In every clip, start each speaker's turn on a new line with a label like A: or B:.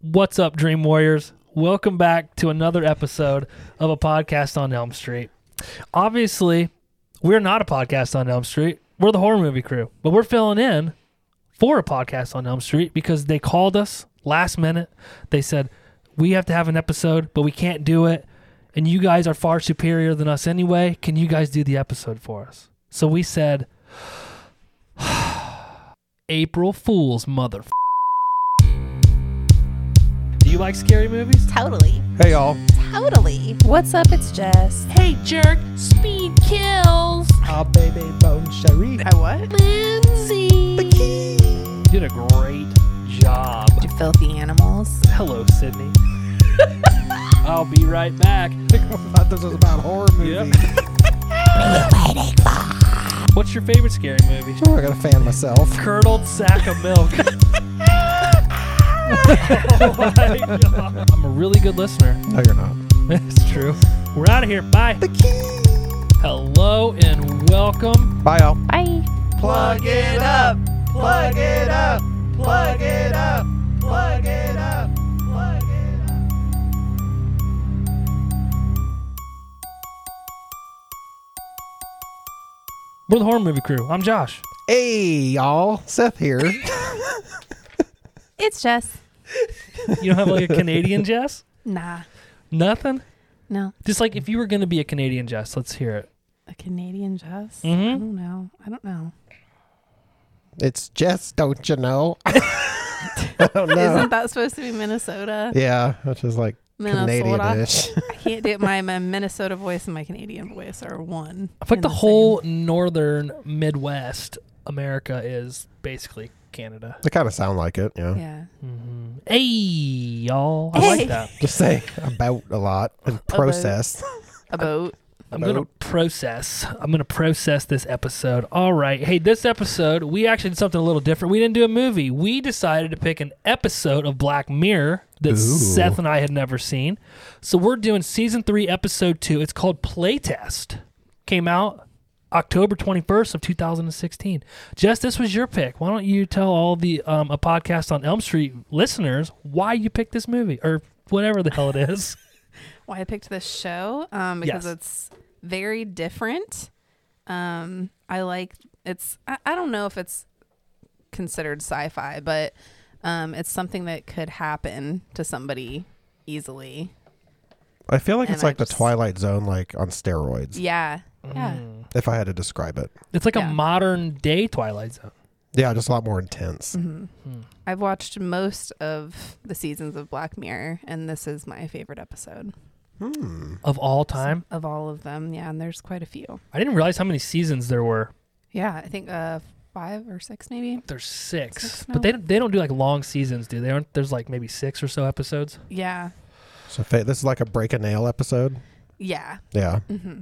A: What's up, Dream Warriors? Welcome back to another episode of a podcast on Elm Street. Obviously, we're not a podcast on Elm Street. We're the horror movie crew, but we're filling in for a podcast on Elm Street because they called us last minute. They said, We have to have an episode, but we can't do it. And you guys are far superior than us anyway. Can you guys do the episode for us? So we said, April Fool's mother. Do you like scary movies?
B: Totally.
C: Hey y'all,
B: Totally.
D: What's up? It's Jess.
E: Hey jerk, speed kills.
C: our baby bone Cherie.
B: I what?
E: Lindsay.
A: You did a great job.
B: You filthy animals.
A: Hello, Sydney. I'll be right back.
C: thought this was about horror movies.
A: What's your favorite scary movie?
C: Oh, I gotta fan myself.
A: Curdled sack of milk. oh my God. I'm a really good listener.
C: No, you're not.
A: It's true. We're out of here. Bye.
C: The key.
A: Hello and welcome.
C: Bye y'all.
D: Bye.
C: Plug it up. Plug it up. Plug it up. Plug it up. Plug it up.
A: We're the horror movie crew. I'm Josh.
C: Hey y'all, Seth here.
D: It's Jess.
A: You don't have like a Canadian Jess?
B: Nah.
A: Nothing?
B: No.
A: Just like if you were going to be a Canadian Jess, let's hear it.
B: A Canadian Jess? I
A: Mhm.
B: don't know. I don't know.
C: it's Jess, don't you know? I don't know.
B: Isn't that supposed to be Minnesota?
C: Yeah, which is like
B: Minnesota.
C: Canadian-ish.
B: I can't do it. My, my Minnesota voice and my Canadian voice are one.
A: I feel like
B: and
A: the
B: same.
A: whole northern Midwest America is basically Canada.
C: They kind of sound like it. Yeah.
B: Yeah.
A: Mm-hmm. Hey, y'all. I like
B: Hey.
A: that.
C: Just say about a lot and process.
B: A boat.
A: I'm going to process. I'm going to process this episode. All right. Hey, this episode, we actually did something a little different. We didn't do a movie. We decided to pick an episode of Black Mirror that
C: Ooh.
A: Seth and I had never seen. So we're doing season three, episode two. It's called Playtest. Came out October 21st of 2016. Jess, this was your pick. Why don't you tell all the um, a podcast on Elm Street listeners why you picked this movie or whatever the hell it is.
B: Why I picked this show? Um, because
A: Yes.
B: it's very different. Um, I like it's. I, I don't know if it's considered sci-fi, but um, it's something that could happen to somebody easily.
C: I feel like
B: And
C: it's
B: I
C: like the
B: just-
C: Twilight Zone, like on steroids.
B: Yeah. Yeah.
C: If I had to describe it.
A: It's like
B: Yeah.
A: a modern day Twilight Zone.
C: Yeah, just a lot more intense.
B: Mm-hmm. I've watched most of the seasons of Black Mirror, and this is my favorite episode
C: Hmm.
A: of all time.
B: of all of them. Yeah, and there's quite a few.
A: I didn't realize how many seasons there were.
B: Yeah, I think uh, five or six, maybe.
A: There's six,
B: Six
A: but they don't, they don't do like long seasons, do they? Aren't there's like maybe six or so episodes?
B: Yeah.
C: So fa- this is like a break a nail episode.
B: Yeah. Mm-hmm.
C: Yeah.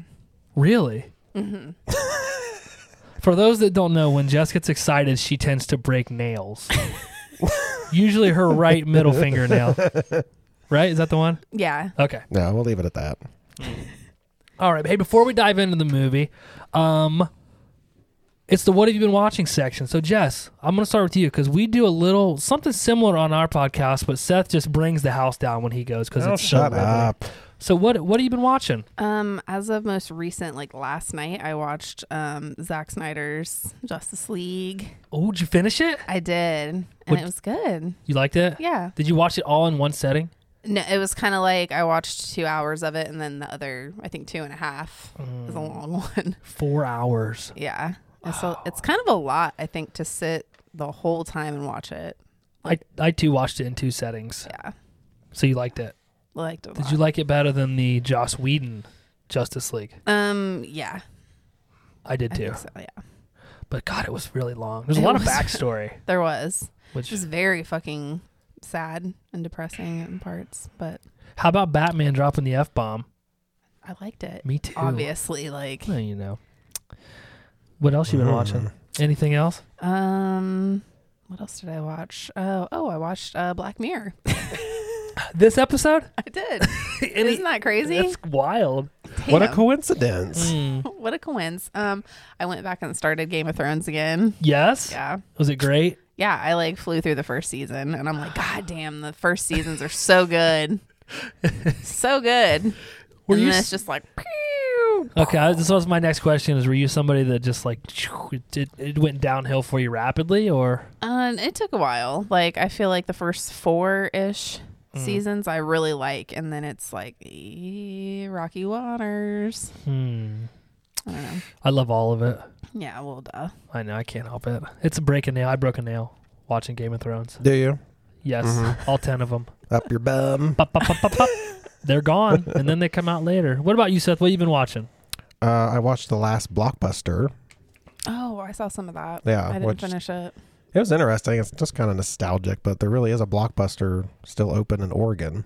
A: Really? For those that don't know, when Jess gets excited, she tends to break nails. Usually her right middle fingernail. Right? Is that the one?
B: Yeah.
A: Okay.
C: No, we'll leave it at that.
A: All right. Hey, before we dive into the movie, um, it's the what have you been watching section. So Jess, I'm gonna start with you because we do a little something similar on our podcast, but Seth just brings the house down when he goes because it's so
C: Oh, shut
A: riveting.
C: up.
A: So what what have you been watching?
B: Um, as of most recent, like last night, I watched um Zack Snyder's Justice League.
A: Oh, did you finish it?
B: I did, and
A: Would-
B: it was good.
A: You liked it?
B: Yeah.
A: Did you watch it all in one setting?
B: No, it was kind of like I watched two hours of it, and then the other, I think, two and a half is a long one.
A: Four hours.
B: yeah. And So it's kind of a lot, I think, to sit the whole time and watch it.
A: I I too watched it in two settings.
B: Yeah,
A: So you liked it?
B: liked it.
A: Did you like it better than the Joss Whedon Justice League?
B: Um, yeah,
A: I did
B: I
A: too.
B: think so. Yeah,
A: But God, it was really long. There's a
B: It
A: lot of
B: was.
A: backstory,
B: there was.
A: which
B: It was very fucking sad and depressing in parts, but
A: How about Batman dropping the F bomb?
B: I liked it.
A: Me too.
B: Obviously, like
A: Well, you know. What else you been watching?
C: Mhm.
A: Anything else?
B: Um, what else did I watch? Oh, oh, I watched uh, Black Mirror.
A: This episode?
B: I did. Isn't that crazy?
A: That's wild.
C: What a
B: Damn.
C: coincidence.
A: Mm.
B: Mm. what a coincidence. Um, I went back and started Game of Thrones again.
A: Yes.
B: Yeah,
A: Was it great?
B: yeah, I like flew through the first season and I'm like, God damn, the first seasons are so good. so good.
A: Were
B: and
A: you
B: then
A: s-
B: it's just like pew.
A: Okay, I- this was my next question: Is were you somebody that just like it, it went downhill for you rapidly, or
B: Um, it took a while. Like I feel like the first four ish
F: Mm.
B: seasons I really like, and then it's like eh, rocky waters.
A: hmm,
B: I don't know.
A: I love all of it.
B: Yeah, well, duh.
A: I know I can't help it. It's a break a nail. I broke a nail watching Game of Thrones.
F: Do you?
A: Yes,
F: Mhm.
A: all ten of them.
F: Up your bum.
A: Pop, pop, pop, pop, pop. They're gone, and then they come out later. What about you, Seth? What you been watching?
F: Uh, I watched the last blockbuster.
B: Oh, I saw some of that.
F: Yeah,
B: I didn't
F: which-
B: finish it.
F: It was interesting. It's just kind of nostalgic, but there really is a blockbuster still open in Oregon.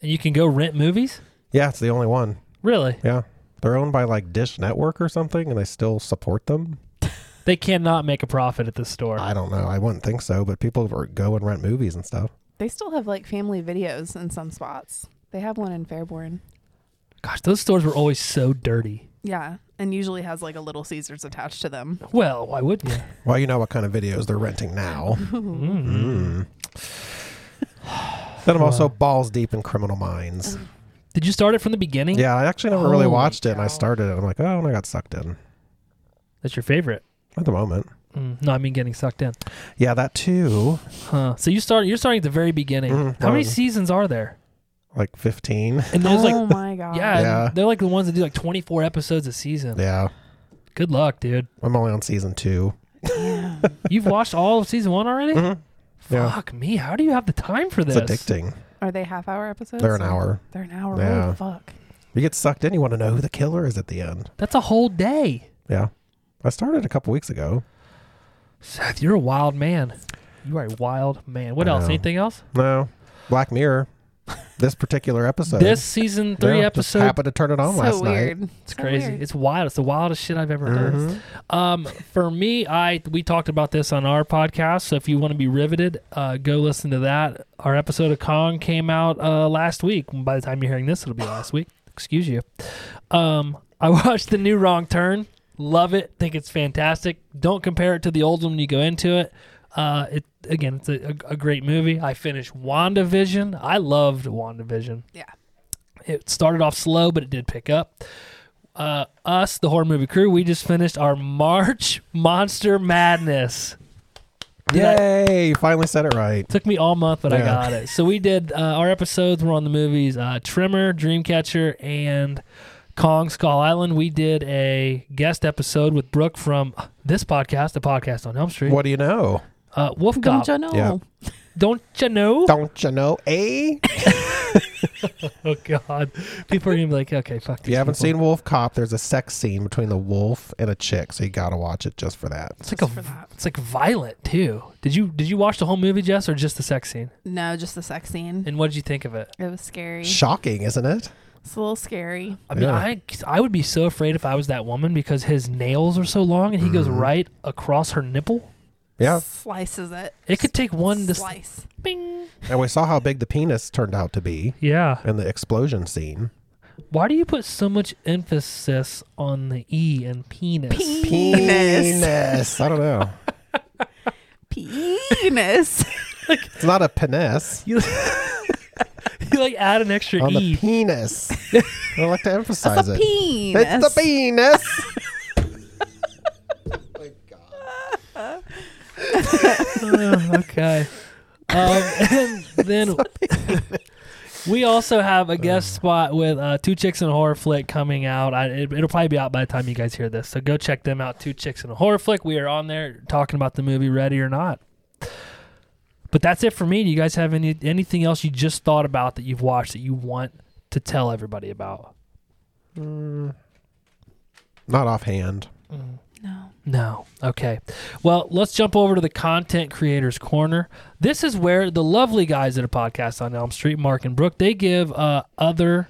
A: And you can go rent movies.
F: Yeah, it's the only one.
A: Really?
F: Yeah. They're owned by like Dish Network or something and they still support them.
A: They cannot make a profit at this store.
F: I don't know. I wouldn't think so, but people are- go and rent movies and stuff.
B: They still have like family videos in some spots. They have one in Fairborn.
A: Gosh, those stores were always so dirty.
B: Yeah, and usually has like a Little Caesars attached to them.
A: Well, why wouldn't you?
F: Well, you know what kind of videos they're renting now.
A: Mm.
F: Mm. then I'm also balls deep in Criminal Minds.
A: Did you start it from the beginning?
F: Yeah, I actually never really
A: Holy
F: watched it, and I
B: cow.
F: started it. I'm like, oh, and I got sucked in
A: That's your favorite.
F: at the moment.
A: Mm. No, I mean getting sucked in.
F: Yeah, that too.
A: Huh. So you start. You're starting at the very beginning.
F: Mhm.
A: How many
F: Mhm.
A: seasons are there?
F: Like 15.
A: And there's
B: oh
A: like,
B: my god.
A: yeah,
F: Yeah.
A: they're like the ones that do like 24 episodes a season.
F: Yeah,
A: Good luck, dude.
F: I'm only on season two.
B: Yeah.
A: You've watched all of season one already.
B: Mm-hmm.
F: Mhm. Yeah.
A: Fuck me. How do you have the time for
F: It's
A: this?
F: addicting.
B: Are they half hour episodes?
F: They're an hour.
B: They're an hour.
F: Yeah.
B: Holy fuck.
F: You get sucked in. You want to know who the killer is at the end.
A: That's a whole day.
F: Yeah, I started a couple weeks ago.
A: Seth, you're a wild man. You are a wild man. What
F: I
A: else?
F: know.
A: Anything else?
F: No, Black Mirror. this particular episode.
A: this season three
F: Yeah, just
A: episode.
F: happened to turn it on
B: so
F: last
B: weird.
F: night.
A: It's crazy. It's wild. It's the wildest shit I've ever heard.
F: Mhm.
A: Um, for me, I we talked about this on our podcast. So if you want to be riveted, uh, go listen to that. Our episode of Kong came out uh, last week. By the time you're hearing this, it'll be last week. Excuse you. Um, I watched the new Wrong Turn. Love it. Think it's fantastic. Don't compare it to the old one when you go into it. Uh, it again, it's a, a, a great movie. I finished WandaVision. I loved WandaVision.
B: Yeah.
A: It started off slow, but it did pick up uh, us, the horror movie crew, we just finished our March Monster Madness. Did I-
F: Yay! You finally said it right.
A: took me all month, but I
F: Yeah.
A: got it. So we did uh, our episodes were on the movies uh, Trimmer, Dreamcatcher, and Kong Skull Island. We did a guest episode with Brooke from this podcast, the podcast on Elm Street.
F: What do you know?
A: Uh, Wolf Cop.
B: Don't you know?
F: Yeah.
A: Don't you know?
F: Don't you know? Eh?
A: Oh God, people are gonna be like, okay, fuck.
F: If you haven't seen Wolf Cop, there's a sex scene between the wolf and a chick, so you gotta watch it just for that.
A: It's like a,
B: for that.
A: it's like violent too. Did you did you watch the whole movie, Jess, or just the sex scene?
B: No, just the sex scene.
A: And what did you think of it?
B: It was scary.
F: Shocking, isn't it?
B: It's a little scary.
A: I mean,
F: Yeah.
A: I I would be so afraid if I was that woman because his nails are so long and he goes
F: Mm-hmm.
A: right across her nipple.
F: Yeah.
B: Slices it.
A: It could take one to s-
B: slice.
A: bing.
F: And we saw how big the penis turned out to be
A: Yeah.
F: in the explosion scene.
A: Why do you put so much emphasis on the e and penis?
B: Penis.
F: Penis. I don't know.
B: Penis.
F: It's not a penis.
A: You, you like add an extra
F: On the
A: e.
F: penis. I like to emphasize
B: That's a
F: it.
B: penis.
F: It's the penis. My God.
A: Oh, okay. Um, and then we also have a guest spot with uh, Two Chicks and a Horror Flick coming out. I, it, it'll probably be out by the time you guys hear this. So go check them out. Two Chicks and a Horror Flick. We are on there talking about the movie Ready or Not. But that's it for me. Do you guys have any anything else you just thought about that you've watched that you want to tell everybody about?
F: Not offhand.
B: No.
A: No. Okay. Well, let's jump over to the content creators corner. This is where the lovely guys at a podcast on Elm Street, Mark and Brooke, they give uh, other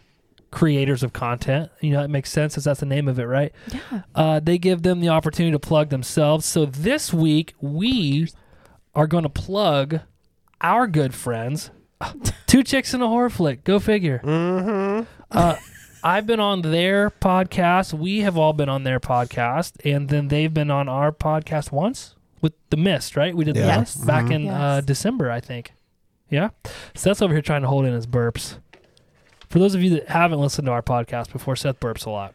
A: creators of content. You know, it makes sense since that's the name of it, right?
B: Yeah.
A: Uh, they give them the opportunity to plug themselves. So this week we are going to plug our good friends, two chicks in a horror flick. Go figure.
F: Mm-hmm.
A: Uh, I've been on their podcast. We have all been on their podcast, and then they've been on our podcast once. with the mist, right? We did the
B: Yeah.
A: mist
B: Yes.
A: back
B: Mhm.
A: in uh,
B: Yes.
A: December, I think. Yeah. Seth's over here trying to hold in his burps. For those of you that haven't listened to our podcast before, Seth burps a lot.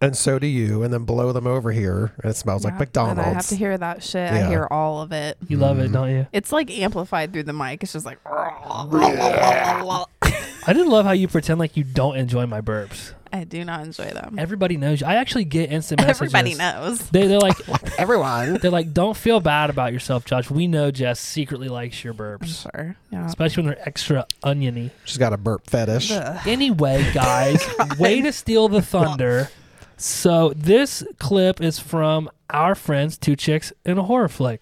C: And so do you, and then blow them over here, and it smells like
B: Yeah, and I have
C: McDonald's.
B: to hear that shit.
C: Yeah.
B: I hear all of it.
A: You love it, don't you?
B: It's like amplified through the mic. It's just like.
A: I did love how you pretend like you don't enjoy my burps.
B: I do not enjoy them.
A: Everybody knows you. I actually get instant messages.
B: Mm. Everybody knows.
A: They, they're like,
C: Everyone.
A: they're like, don't feel bad about yourself, Josh. We know Jess secretly likes your
B: I'm
A: burps,
B: sure. Yeah.
A: especially when they're extra oniony.
C: She's got a burp fetish.
B: Ugh.
A: Anyway, guys, way to steal the thunder. So this clip is from our friends, Two Chicks in a Horror Flick.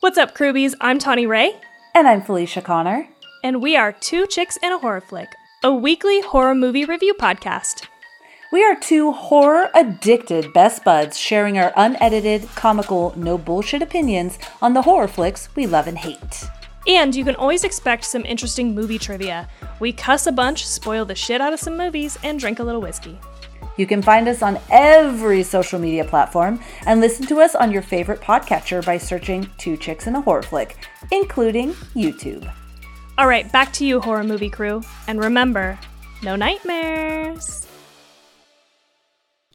D: What's up, Crewbies? I'm Tawny Ray,
G: And I'm Felicia Connor.
D: and we are Two Chicks in a Horror Flick, a weekly horror movie review podcast.
G: We are two horror addicted best buds sharing our unedited, comical, no bullshit opinions on the horror flicks we love and hate.
D: And you can always expect some interesting movie trivia. We cuss a bunch, spoil the shit out of some movies, and drink a little whiskey.
G: You can find us on every social media platform and listen to us on your favorite podcatcher by searching Two Chicks and a Horror Flick, including YouTube.
D: All right, back to you, horror movie crew. And remember, no nightmares.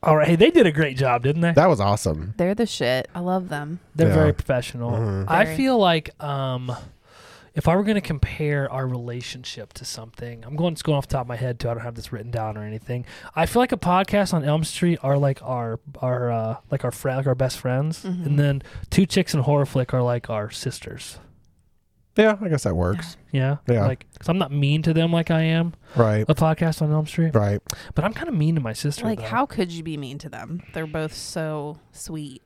A: All right, hey, they did a great job, didn't they?
C: That was awesome.
B: They're the shit. I love them.
A: They're
C: Yeah. Mm-hmm.
A: very professional. I
B: Very.
A: feel like um, if I were going to compare our relationship to something, I'm going just going off the top of my head too. I don't have this written down or anything. I feel like a podcast on Elm Street are like our our uh, like our friend, like our best friends,
B: Mm-hmm.
A: and then two chicks and horror flick are like our sisters.
C: Yeah, I guess that works.
A: Yeah,
C: Yeah.
A: Like, cause I'm not mean to them like I am
C: Right.
A: a podcast on Elm Street,
C: Right.
A: but I'm kind of mean to my sister.
B: Like,
A: though.
B: how could you be mean to them? They're both so sweet.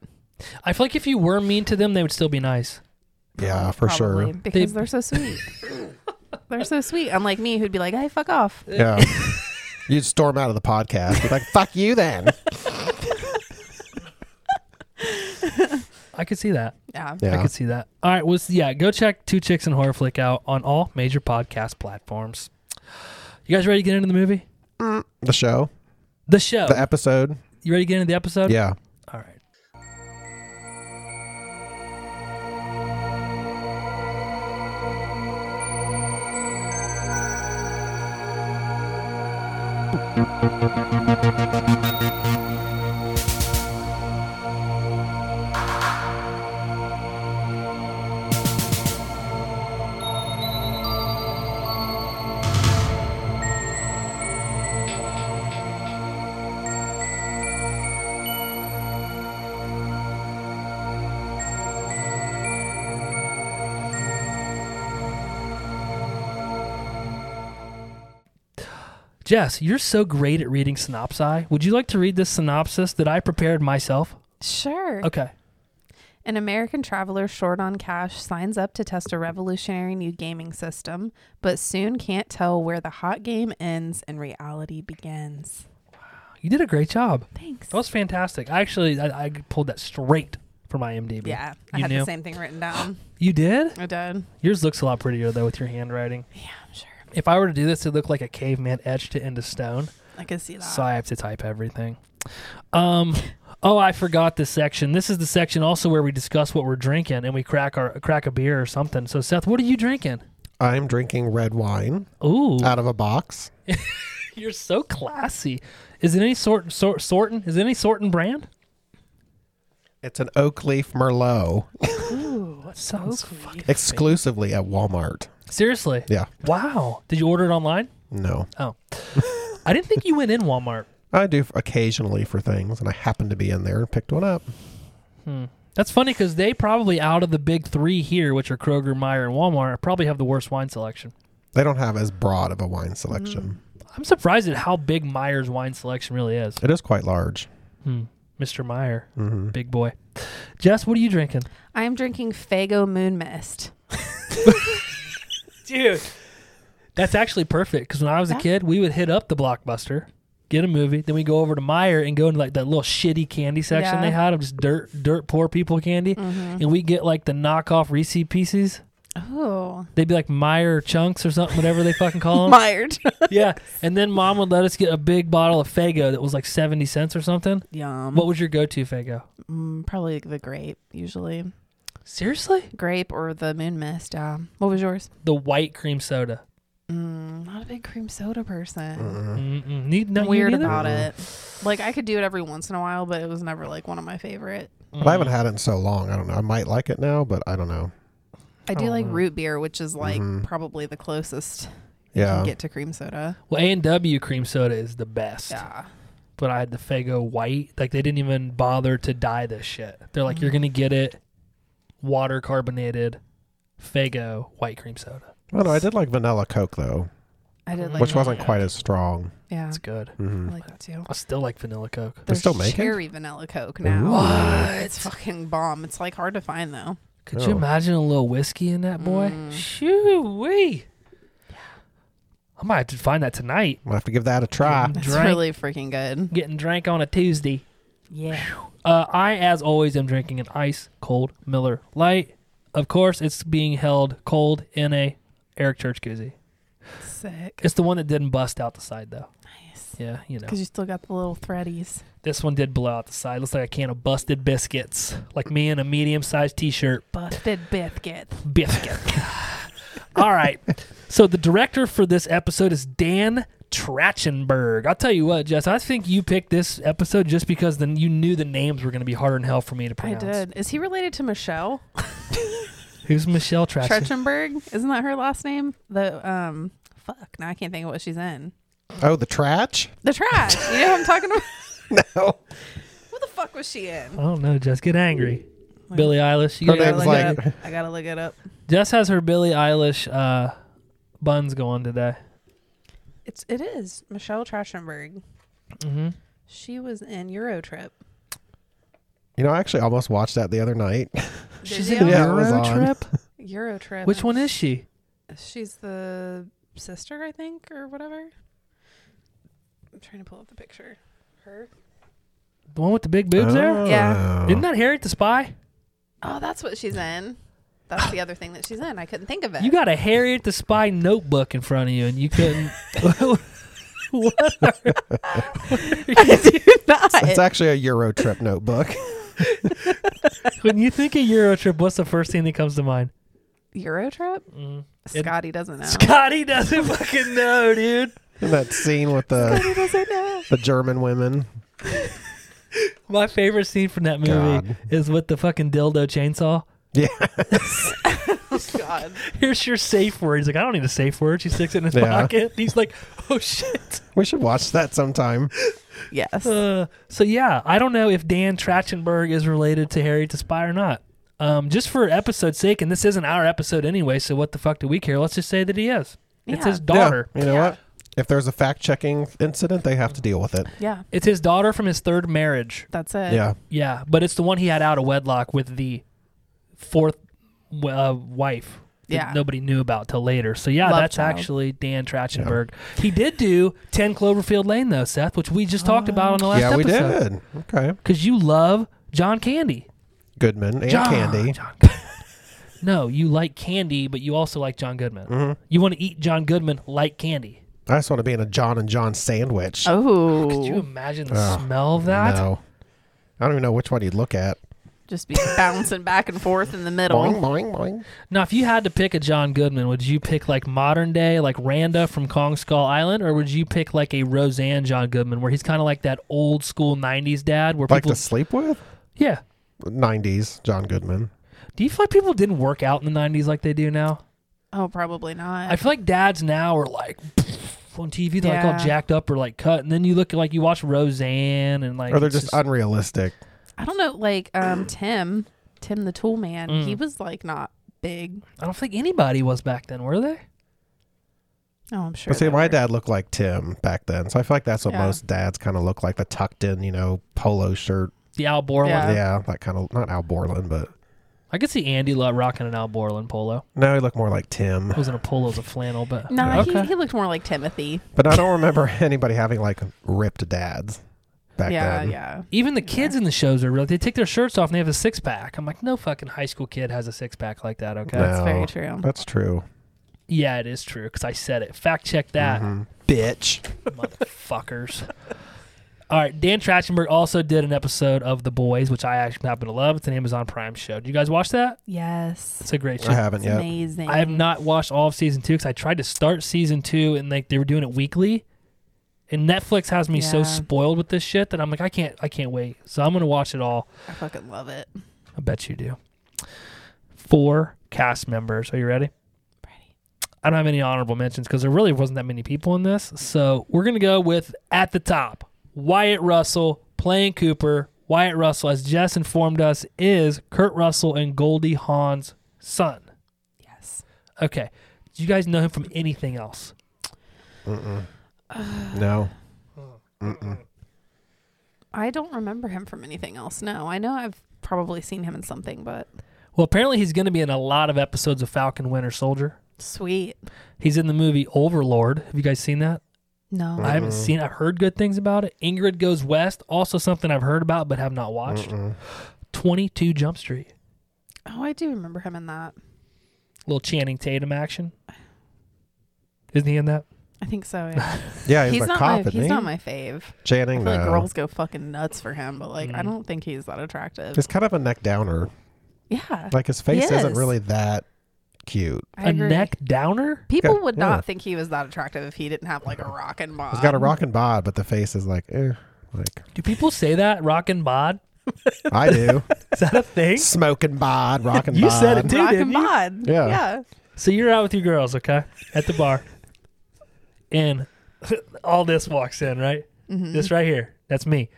A: I feel like if you were mean to them, they would still be nice.
C: Yeah, for sure.
B: probably, Because they, are so sweet. they're so sweet. Unlike me, who'd be like, hey, fuck off.
C: Yeah. You'd storm out of the podcast. Be like, fuck you then.
A: I could see that.
B: Yeah.
A: I
C: Yeah.
A: could see that. All right, was yeah. Go check Two Chicks and Horror Flick out on all major podcast platforms. You guys ready to get into the movie,
C: The show,
A: the show?
C: the episode.
A: you ready to get into the episode?
C: Yeah.
A: All right. Jess, you're so great at reading synopsi. Would you like to read this synopsis that I prepared myself?
B: Sure.
A: Okay.
B: An American traveler short on cash signs up to test a revolutionary new gaming system, but soon can't tell where the hot game ends and reality begins.
A: You did a great job.
B: Thanks.
A: That was fantastic. I actually I, I pulled that straight from IMDb.
B: yeah, I
A: you
B: had
A: knew.
B: the same thing written down.
A: You did.
B: I did.
A: Yours looks a lot prettier though with your handwriting.
B: Yeah, I'm sure.
A: If I were to do this, it'd look like a caveman etched it into stone.
B: I can see that.
A: So I have to type everything. Um, oh, I forgot this section. This is the section also where we discuss what we're drinking and we crack our crack a beer or something. So Seth, what are you drinking?
C: I'm drinking red wine
A: Ooh,
F: Uh,
C: out of a box.
A: you're so classy. Is it any sort sort sorting? Is it any sorting brand?
C: It's an oak leaf Merlot
A: That sounds fucking
C: exclusively at Walmart.
A: seriously.
C: Yeah.
A: Wow. Did you order it online?
C: No.
A: Oh, I didn't think you went in Walmart.
C: I do f- occasionally for things, and I happened to be in there and picked one up.
A: That's funny because they probably out of the big three here, which are Kroger, Meyer, and Walmart, probably have the worst wine selection.
C: They don't have as broad of a wine selection.
A: I'm surprised at how big Meyer's wine selection really is.
C: It is quite large.
A: Mr. Meyer, big boy. Jess, what are you drinking?
B: I'm drinking Fago Moon Mist.
A: Dude, that's actually perfect because when I was a
B: Yeah.
A: kid, we would hit up the Blockbuster, get a movie, then we go over to Meyer and go into like that little shitty candy section
B: Yeah. Mm-hmm.
A: they had of just dirt, dirt poor people candy, and we get like the knockoff Reese pieces.
B: Oh,
A: They'd be like Meyer chunks or something, whatever they fucking call them.
B: mired.
A: yeah. And then mom would let us get a big bottle of Fago that was like 70 cents or something.
B: Yum.
A: What was your go to Fago?
B: Mm, probably the grape usually.
A: Seriously?
B: Grape or the moon mist. Yeah. What was yours?
A: The white cream soda.
B: Mm, not a big cream soda person.
C: Mm-hmm.
A: Mm-mm. Need, not you
B: Weird
A: neither?
B: about it. Like I could do it every once in a while, but it was never like one of my favorite.
A: Mm.
F: But I haven't had it in so long. I don't know. I might like it now, but I don't know.
B: I do
A: Oh,
B: like
A: wow.
B: root beer, which is like
F: Mhm.
B: probably the closest you
F: Yeah.
B: can get to cream soda.
A: Well, A and W cream soda is the best.
B: Yeah.
A: But I had the Fago white. Like they didn't even bother to dye this shit. They're like, you're gonna get it, water carbonated, Fago white cream soda.
F: I don't know. I did like vanilla Coke though,
B: I did like
F: Mm. which
B: that.
F: wasn't quite as strong.
B: Yeah.
A: It's good.
B: I
F: hmm
B: like that too.
A: I still like vanilla Coke.
F: They
B: There's
F: still make it?
B: cherry vanilla Coke now.
F: Ooh. What?
B: It's fucking bomb. It's like hard to find though.
A: Could
F: Oh.
A: you imagine a little whiskey in that boy?
B: Mm.
A: Shoo wee. I might have to find that tonight.
F: I'll have to give that a try.
A: Mm.
B: It's
A: Drank.
B: really freaking good.
A: Getting drank on a Tuesday.
B: Yeah.
A: Uh, I, as always, am drinking an ice cold Miller Light. Of course, it's being held cold in a Eric Church koozie.
B: Sick.
A: It's the one that didn't bust out the side though.
B: Nice.
A: Yeah, you know.
B: Because you still got the little threadies.
A: This one did blow out the side. Looks like a can of busted biscuits. Like me in a medium sized t shirt.
B: Busted biscuit.
A: Biscuit. All right. So the director for this episode is Dan Trachtenberg. I'll tell you what, Jess, I think you picked this episode just because then you knew the names were gonna be harder than hell for me to
B: I
A: pronounce.
B: did. Is he related to Michelle
A: Who's Michelle Trachtenberg?
B: Trechenberg? Isn't that her last name? The um, fuck. Now I can't think of what she's in.
F: Oh, the trash?
B: The trash. you know what I'm talking about?
F: No.
B: What the fuck was she in?
A: I don't know, Jess. Get angry. Billie Eilish. You
F: Her
A: get
F: name's
A: angry.
B: I gotta look
F: like-
B: it up. I gotta look it up.
A: Jess has her Billie Eilish uh, buns going today.
B: It's it is Michelle Trachtenberg.
A: Mm-hmm.
B: She was in Eurotrip.
F: You know, I actually almost watched that the other night.
A: She's
B: Did
A: in
B: you?
F: Yeah, it was
A: Euro
F: on.
A: Trip.
B: Eurotrip.
A: Which one is she?
B: She's the sister, I think, or whatever. I'm trying to pull up the picture. Her.
A: The one with the big
F: Oh.
A: boobs there?
B: Yeah.
A: Isn't that Harriet the Spy?
B: Oh, that's what she's in. That's the other thing that she's in. I couldn't think of it.
A: You got a Harriet the Spy notebook in front of you, and you couldn't. what?
F: It's actually a Euro trip notebook.
A: When you think of Euro Trip, what's the first thing that comes to mind?
B: Eurotrip.
A: Mm. It-
B: Scotty doesn't know.
A: Scotty doesn't fucking know, dude.
F: And that scene with the the German women.
A: My favorite scene from that movie
F: God.
A: is with the fucking dildo chainsaw.
F: Yeah.
B: God.
A: here's your safe word. He's like, I don't need a safe word. She sticks it in his
F: Yeah.
A: pocket. He's like, oh shit.
F: We should watch that sometime.
B: Yes.
A: Uh, so yeah, I don't know if Dan Trachtenberg is related to Harry to Spy or not. Um, just for episode's sake, and this isn't our episode anyway, so what the fuck do we care? Let's just say that he is. It's
B: Yeah.
A: his daughter.
F: Yeah, you know what? If there's a fact checking incident, they have to deal with it.
B: yeah.
A: It's his daughter from his third marriage.
B: That's it.
F: Yeah.
A: Yeah, but it's the one he had out of wedlock with the fourth uh, wife. that
B: Yeah.
A: Nobody knew about till later. So yeah,
B: Love
A: that's
B: child.
A: actually Dan Trachtenberg. He did do 10 Cloverfield Lane though, Seth, which we just talked about on the last
F: yeah, we
A: episode.
F: did. Okay.
A: Because you love John Candy.
F: Goodman and
A: John.
F: Candy.
A: John. no, you like candy, but you also like John Goodman.
F: Mm-hmm.
A: You want to eat John Goodman like candy.
F: I just want to be in a John and John sandwich.
B: Oh.
A: Could you imagine the
F: Oh,
A: smell of that?
F: No. I don't even know which one you'd look at.
B: Just be bouncing back and forth in the
F: Boing,
B: middle.
F: boing, boing.
A: Now, if you had to pick a John Goodman, would you pick like modern day, like Randa from Kong Skull Island, or would you pick like a Roseanne John Goodman, where he's kind of like that old school '90s dad, where
F: Like
A: people,
F: to sleep with?
A: yeah.
F: 90s, John Goodman.
A: Do you feel like people didn't work out in the '90s like they do now?
B: Oh, probably not.
A: I feel like dads now are like on TV, they're like all
B: Yeah.
A: jacked up or like cut, and then you look at like you watch Roseanne and like
F: Or they're
A: it's
F: just unrealistic.
B: I don't know, like um Tim, Tim the Tool Man,
A: Mm.
B: he was like not big.
A: I don't think anybody was back then, were they?
B: Oh, I'm sure.
F: But see,
B: there
F: my
B: were.
F: dad looked like Tim back then. So I feel like that's what
B: Yeah.
F: most dads kind of look like the tucked in, you know, polo shirt.
A: The Al Borland.
B: Yeah.
F: yeah, that kind of, not Al Borland, but
A: I could see Andy Lutt rocking an Al Borland polo.
F: no, he looked more like Tim.
A: It wasn't a polo, it was a flannel, but
B: Nah,
A: okay.
B: he, he looked more like Timothy.
F: But I don't remember anybody having like ripped dads. back
B: yeah,
F: then.
B: yeah.
A: Even the kids in the shows are real. They take their shirts off and they have a six pack. I'm like, no fucking high school kid has a six pack like that. Okay.
B: That's
F: No.
B: very true.
F: That's true.
A: Yeah, it is true because I said it. Fact check that,
F: Mm-hmm. Bitch.
A: motherfuckers. All right, Dan Trachtenberg also did an episode of The Boys, which I actually happen to love. It's an Amazon Prime show. Do you guys watch that?
B: Yes.
A: It's a great show.
F: I haven't
B: It's
F: yet.
B: amazing.
A: I have not watched all of season two because I tried to start season two and like they were doing it weekly, and Netflix has me so
B: Yeah.
A: spoiled with this shit that I'm like I can't I can't wait. So I'm gonna watch it all.
B: I fucking love it.
A: I bet you do. Four cast members. Are you ready?
B: Ready.
A: I don't have any honorable mentions because there really wasn't that many people in this. So we're gonna go with at the top Wyatt Russell playing Cooper. Wyatt Russell, as Jess informed us, is Kurt Russell and Goldie Hawn's son.
B: Yes.
A: Okay. Do you guys know him from anything else?
F: No.
B: I don't remember him from anything else. No, I know I've probably seen him in something, but
A: Well, apparently he's going to be in a lot of episodes of Falcon Winter Soldier.
B: sweet.
A: He's in the movie Overlord. Have you guys seen that?
B: No.
A: I haven't seen. I've heard good things about it. Ingrid Goes West, also something I've heard about but have not watched. Twenty-two Jump Street,
B: oh, I do remember him in that.
A: little Channing Tatum action. Isn't he in that?
B: I think so. Yeah.
F: Yeah, he's, a
B: not
F: cop,
B: my
F: isn't
B: he's
F: he?
B: not my fave. I
F: Channing,
B: feel like
F: no.
B: girls go fucking nuts for him, but like I
A: Mm.
B: don't think he's that attractive.
F: He's kind of a neck downer.
B: yeah.
F: Like his face
B: He
F: isn't
B: is.
F: really that cute.
A: A
B: I agree.
A: neck downer.
B: People
F: Yeah,
B: would
F: yeah.
B: not think he was that attractive if he didn't have like a rock and bob.
F: He's
A: Um,
F: got a rockin' bod, but the face is like, eh. Like
A: Do people say that? Rockin' bod.
F: I do.
A: Is that a thing?
F: Smoking bod, rockin' bod.
A: You said it, too.
B: rock
A: didn't
B: and
A: you?
B: bod.
F: Yeah.
B: Yeah.
A: So you're out with your girls, okay, at the bar, and all this walks in, right?
B: Mm-hmm.
A: This right here, that's me.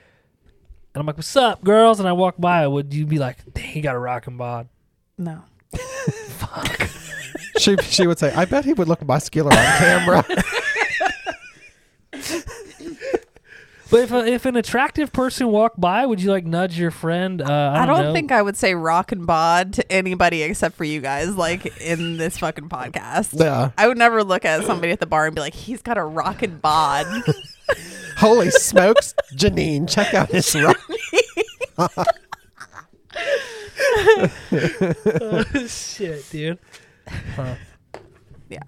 A: And I'm like, "What's up, girls?" And I walk by. Would you be like, "Dang, he got a rockin' bod"?
B: No.
F: She she would say, I bet he would look muscular on camera.
A: But if a, if an attractive person walked by, would you like nudge your friend? Uh, I,
B: I
A: don't
B: don't
A: know.
B: think I would say rock and bod to anybody except for you guys, like in this fucking podcast.
F: yeah.
B: I would never look at somebody at the bar and be like, he's got a rock and bod.
F: Holy smokes, Janine, check out this rock.
A: shit, dude. Huh.
B: Yeah.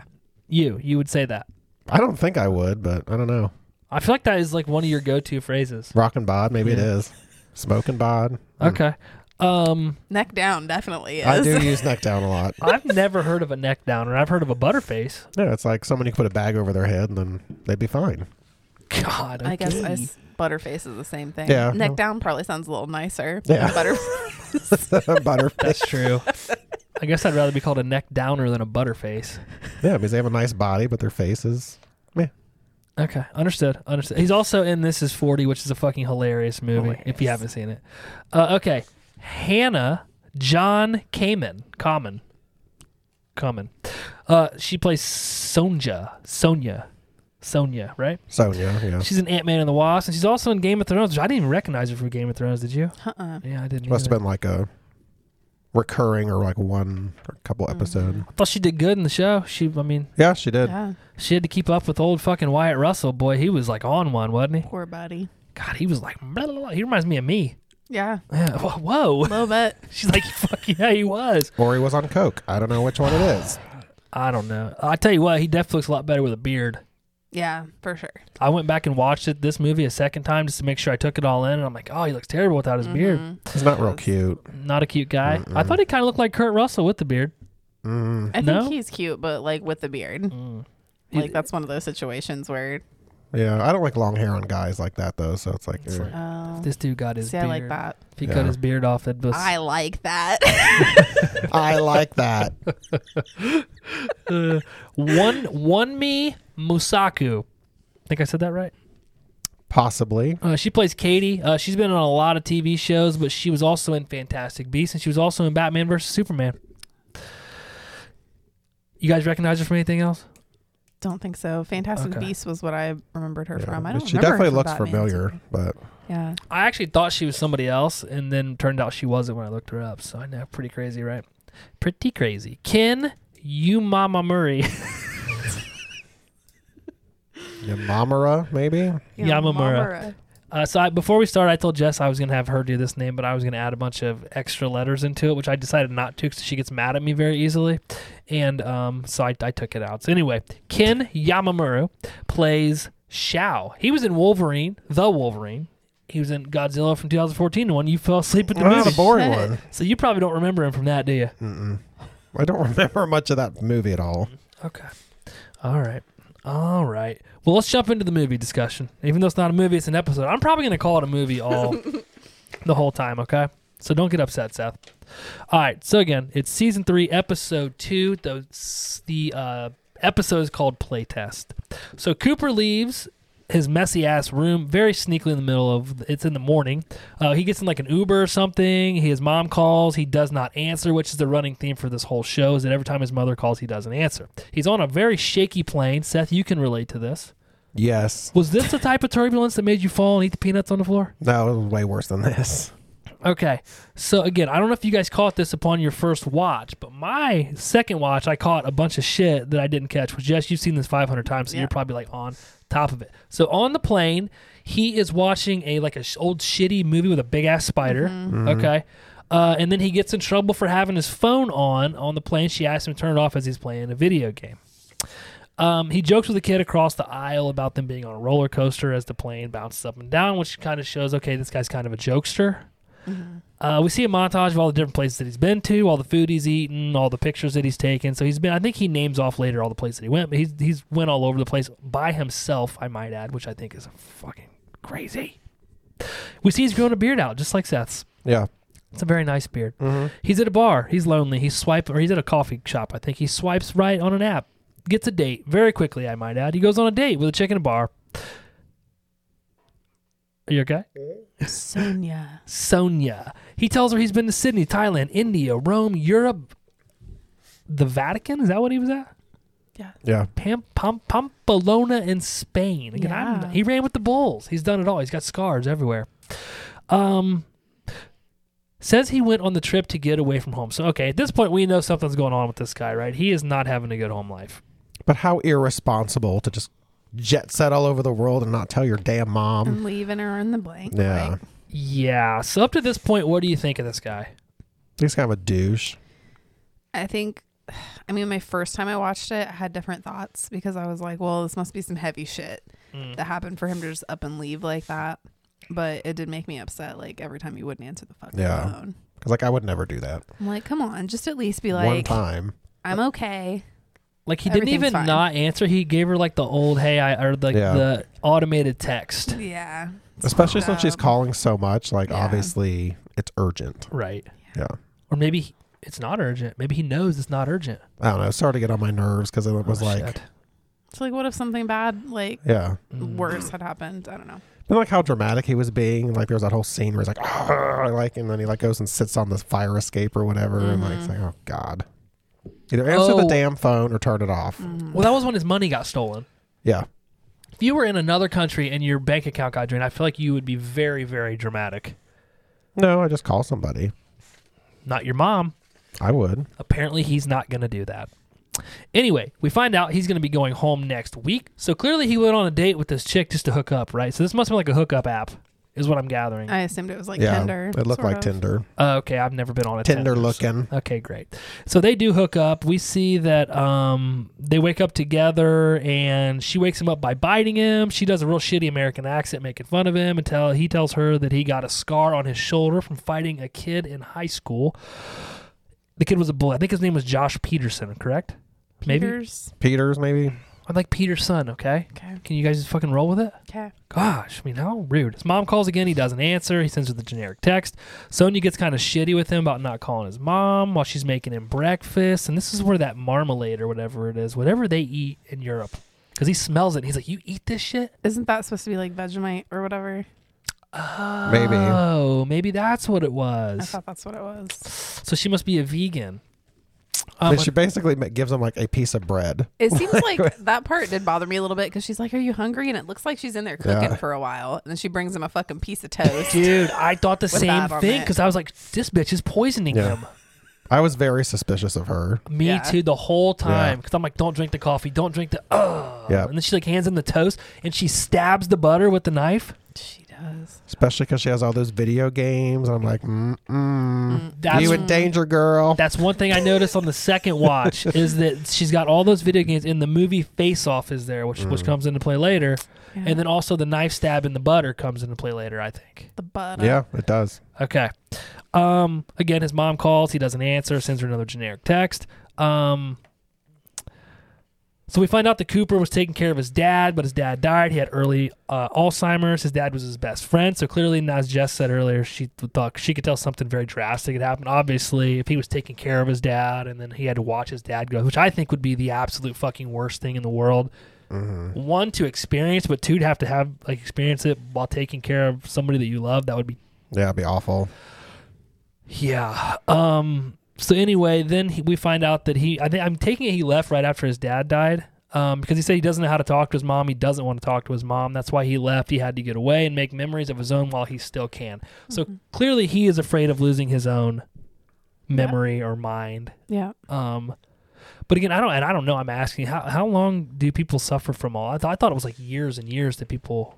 A: You you would say that.
F: I don't think I would, but I don't know.
A: I feel like that is like one of your go-to phrases.
F: Rockin' bod, maybe it is. Smoking bod.
A: Okay. Um,
B: Neck down definitely is.
F: I do use neck down a lot.
A: I've never heard of a neck downer. I've heard of a butterface.
F: No, it's like someone you put a bag over their head and then they'd be fine.
A: God,
B: I guess
A: okay.
B: I s- butterface is the same thing.
F: Yeah.
B: Neck down probably sounds a little nicer.
F: Yeah.
B: than Butter-
F: Butter.
A: That's true. I guess I'd rather be called a neck downer than a butterface.
F: Yeah, because they have a nice body, but their faces. Meh.
A: Okay, understood. Understood. He's also in This Is 40, which is a fucking hilarious movie if you haven't seen it. Uh, okay, Hannah John Kamen. Common. Common. Uh, she plays Sonja. Sonia. Sonia, right?
F: Sonia, yeah.
A: She's an Ant Man and the Wasp, and she's also in Game of Thrones, which I didn't even recognize her from Game of Thrones, did you?
B: uh-uh.
A: Yeah, I didn't.
F: Must have
A: either.
F: been like a recurring or like one or
B: Mm-hmm.
F: couple episode.
A: I thought she did good in the show. She, I mean,
F: Yeah, she did.
B: Yeah.
A: she had to keep up with old fucking Wyatt Russell. Boy, he was like on one, wasn't he?
B: Poor buddy.
A: God, he was like, blah, blah, blah. he reminds me of me.
B: Yeah.
A: Yeah, wh- whoa.
B: A little bit.
A: She's like, fuck yeah, he was.
F: Or he was on coke. I don't know which one it is.
A: I don't know. I tell you what, he definitely looks a lot better with a beard.
B: Yeah, for sure.
A: I went back and watched it this movie a second time just to make sure I took it all in, and I'm like, oh, he looks terrible without his beard.
F: He's not real cute.
B: Mm-hmm.
A: Not a cute guy. I thought he kind of looked like Kurt Russell with the beard.
F: Mm.
B: I think
A: No?
B: he's cute, but like with the beard. Like that's one of those situations where
F: Yeah, I don't like long hair on guys like that though. So it's like, eh.
B: oh,
A: This dude got his
B: see,
A: beard.
B: I like that.
A: If he
F: Yeah.
A: cut his beard off, it was.
B: I like that.
F: I like that.
A: Uh, one, one me Musaku. I think I said that right.
F: Possibly.
A: Uh, she plays Katie. Uh, she's been on a lot of TV shows, but she was also in Fantastic Beasts, and she was also in Batman versus Superman. You guys recognize her from anything else?
B: don't think so. Fantastic
A: Okay.
B: Beasts was what I remembered her from. I don't.
F: she
B: remember her
F: definitely
B: from
F: looks
B: Batman.
F: familiar, but
B: Yeah.
A: I actually thought she was somebody else, and then turned out she wasn't when I looked her up. So I know, pretty crazy, right? Pretty crazy. Ken Umama Murray
F: Yamamura, maybe?
A: Yamamura. Uh, so I, before we start, I told Jess I was going to have her do this name, but I was going to add a bunch of extra letters into it, which I decided not to because she gets mad at me very easily. And um, so I, I took it out. So anyway, Ken Yamamura plays Shao. He was in Wolverine, The Wolverine. He was in Godzilla from 2014, the one you fell asleep at the
F: Not
A: movie.
F: a boring
B: Shit.
F: one.
A: So you probably don't remember him from that, do you?
F: I don't remember much of that movie at all.
A: Okay. All right. All right. Well, let's jump into the movie discussion. Even though it's not a movie, it's an episode. I'm probably going to call it a movie all the whole time, okay? So don't get upset, Seth. All right. So again, it's season 3, episode 2. The the uh episode is called Playtest. So Cooper leaves his messy ass room very sneakily in the middle of it's in the morning. Uh, he gets in like an Uber or something. His mom calls. He does not answer, which is the running theme for this whole show. Is that every time his mother calls, he doesn't answer. He's on a very shaky plane. Seth, you can relate to this.
F: Yes.
A: Was this the type of turbulence that made you fall and eat the peanuts on the floor?
F: No, it was way worse than this.
A: Okay. So again, I don't know if you guys caught this upon your first watch, but my second watch, I caught a bunch of shit that I didn't catch. Which yes, you've seen this 500 times, so you're probably like on top of it. So on the plane, he is watching a like a sh- old shitty movie with a big ass spider. Okay. Uh, and then he gets in trouble for having his phone on on the plane. She asks him to turn it off as he's playing a video game. Um, he jokes with a kid across the aisle about them being on a roller coaster as the plane bounces up and down, which kind of shows okay, this guy's kind of a jokester. Uh, we see a montage of all the different places that he's been to, all the food he's eaten, all the pictures that he's taken. So he's been. I think he names off later all the places that he went, but he's he's went all over the place by himself. I might add, which I think is fucking crazy. We see he's growing a beard out, just like Seth's.
F: Yeah.
A: It's a very nice beard. He's at a bar. He's lonely. He swipes, or he's at a coffee shop. I think he swipes right on an app, gets a date very quickly. I might add. He goes on a date with a chick in a bar. Are you okay?
B: Sonia.
A: Sonia. He tells her he's been to Sydney, Thailand, India, Rome, Europe, the Vatican. Is that what he was at?
F: Yeah.
A: Pam, Pam, Pamplona in Spain. Again, I'm-
B: Yeah.
A: he ran with the Bulls. He's done it all. He's got scars everywhere. Um, says he went on the trip to get away from home. So okay, at this point we know something's going on with this guy, right? He is not having a good home life.
F: But how irresponsible to just jet set all over the world and not tell your damn mom.
B: I'm leaving her in the blank.
F: Um, Yeah.
B: Like,
A: Yeah. So up to this point, what do you think of this guy?
F: He's kind of a douche.
B: I think, I mean, my first time I watched it, I had different thoughts because I was like, well, this must be some heavy shit that happened for him to just up and leave like that. But it did make me upset, like every time he wouldn't answer the fucking
F: Yeah.
B: phone.
F: Because, like, I would never do that.
B: I'm like, come on, just at least be
F: One
B: like,
F: time.
B: I'm okay.
A: Like he didn't
B: Everything's
A: even
B: fine.
A: not answer. He gave her like the old hey I or like
F: Yeah.
A: the automated text.
B: Yeah.
F: Especially since she's
B: Um,
F: calling so much. Like,
B: yeah.
F: obviously, it's urgent.
A: Right.
F: Yeah.
A: Or maybe he- it's not urgent. Maybe he knows it's not urgent.
F: I don't know. It started to get on my nerves because it was
A: Oh,
F: like,
A: shit.
B: So, like, what if something bad, like,
F: yeah.
B: worse had happened? I don't know.
F: And like how dramatic he was being. Like there was that whole scene where he's like, "Argh," like, and then he like goes and sits on the fire escape or whatever, and like, it's like, oh god, either answer
A: Oh. Mm-hmm.
F: the damn phone or turn it off.
A: Well, that was when his money got stolen.
F: Yeah,
A: If you were in another country and your bank account got drained, I feel like you would be very, very dramatic.
F: no, I just call somebody.
A: Not your mom.
F: I would.
A: Apparently, he's not going to do that. Anyway, we find out he's going to be going home next week. So clearly, he went on a date with this chick just to hook up, right? So this must be like a hookup app, is what I'm gathering.
B: I assumed it was like
F: yeah,
B: Tinder.
F: it looked
B: sort
F: like
B: of.
F: Tinder.
A: Uh, okay, I've never been on a
F: Tinder
A: Tinder
F: looking.
A: Okay, great. So they do hook up. We see that um, they wake up together, and she wakes him up by biting him. She does a real shitty American accent, making fun of him, and tell he tells her that he got a scar on his shoulder from fighting a kid in high school. The kid was a boy. I think his name was Josh Peterson. Correct? Maybe
B: Peters.
F: Peters maybe.
A: I like Peterson. Okay.
B: Okay.
A: Can you guys just fucking roll with it?
B: Okay.
A: Gosh, I mean, how rude. His mom calls again. He doesn't answer. He sends her the generic text. Sonia gets kind of shitty with him about not calling his mom while she's making him breakfast. And this is where that marmalade or whatever it is, whatever they eat in Europe, because he smells it. And he's like, You eat this shit?
B: Isn't that supposed to be like Vegemite or whatever?
F: Maybe.
A: Oh, maybe that's what it
B: I
A: was.
B: thought that's what it was.
A: So she must be a vegan.
F: I
A: Um,
F: mean, she basically ma- gives him like a piece of bread.
B: It seems like that part did bother me a little bit because she's like, "Are you hungry?" and it looks like she's in there cooking
F: Yeah.
B: for a while, and then she brings him a fucking piece of toast.
A: dude, I thought the
B: With
A: same
B: that on
A: thing
B: it.
A: because I was like, This bitch is poisoning
F: Yeah.
A: him.
F: I was very suspicious of her.
A: Me
B: Yeah.
A: too, the whole time.
F: Yeah.
A: Because I'm like, don't drink the coffee, don't drink the. Oh.
F: Yeah.
A: And then she like hands him the toast, and she stabs the butter with the knife.
B: she does. does.
F: especially because she has all those video games. I'm like, mm mm,
A: That's-
F: you in danger, girl.
A: That's one thing I noticed on the second watch is that she's got all those video games in the movie Face Off is there, which
F: Mm.
A: which comes into play later,
B: Yeah.
A: and then also the knife stab in the butter comes into play later. I think.
B: The butter.
F: yeah, it does.
A: Okay. Um. Again, his mom calls. He doesn't answer. Sends her another generic text. Um. So we find out that Cooper was taking care of his dad, but his dad died. He had early uh, Alzheimer's. His dad was his best friend. So clearly, Nas Jess said earlier she th- thought she could tell something very drastic had happened. Obviously, if he was taking care of his dad and then he had to watch his dad go, which I think would be the absolute fucking worst thing in the world. One to experience, but two to have to have like experience it while taking care of somebody that you love. That would be
F: Yeah, it'd be awful.
A: yeah. Um. So anyway, then he, we find out that he. I think I'm taking it he left right after his dad died. Um, because he said he doesn't know how to talk to his mom. He doesn't want to talk to his mom. That's why he left. He had to get away and make memories of his own while he still can. So clearly, he is afraid of losing his own memory or mind.
B: Yeah.
A: Um, but again, I don't. And I don't know. I'm asking how how long do people suffer from all? I, thought I thought it was like years and years that people.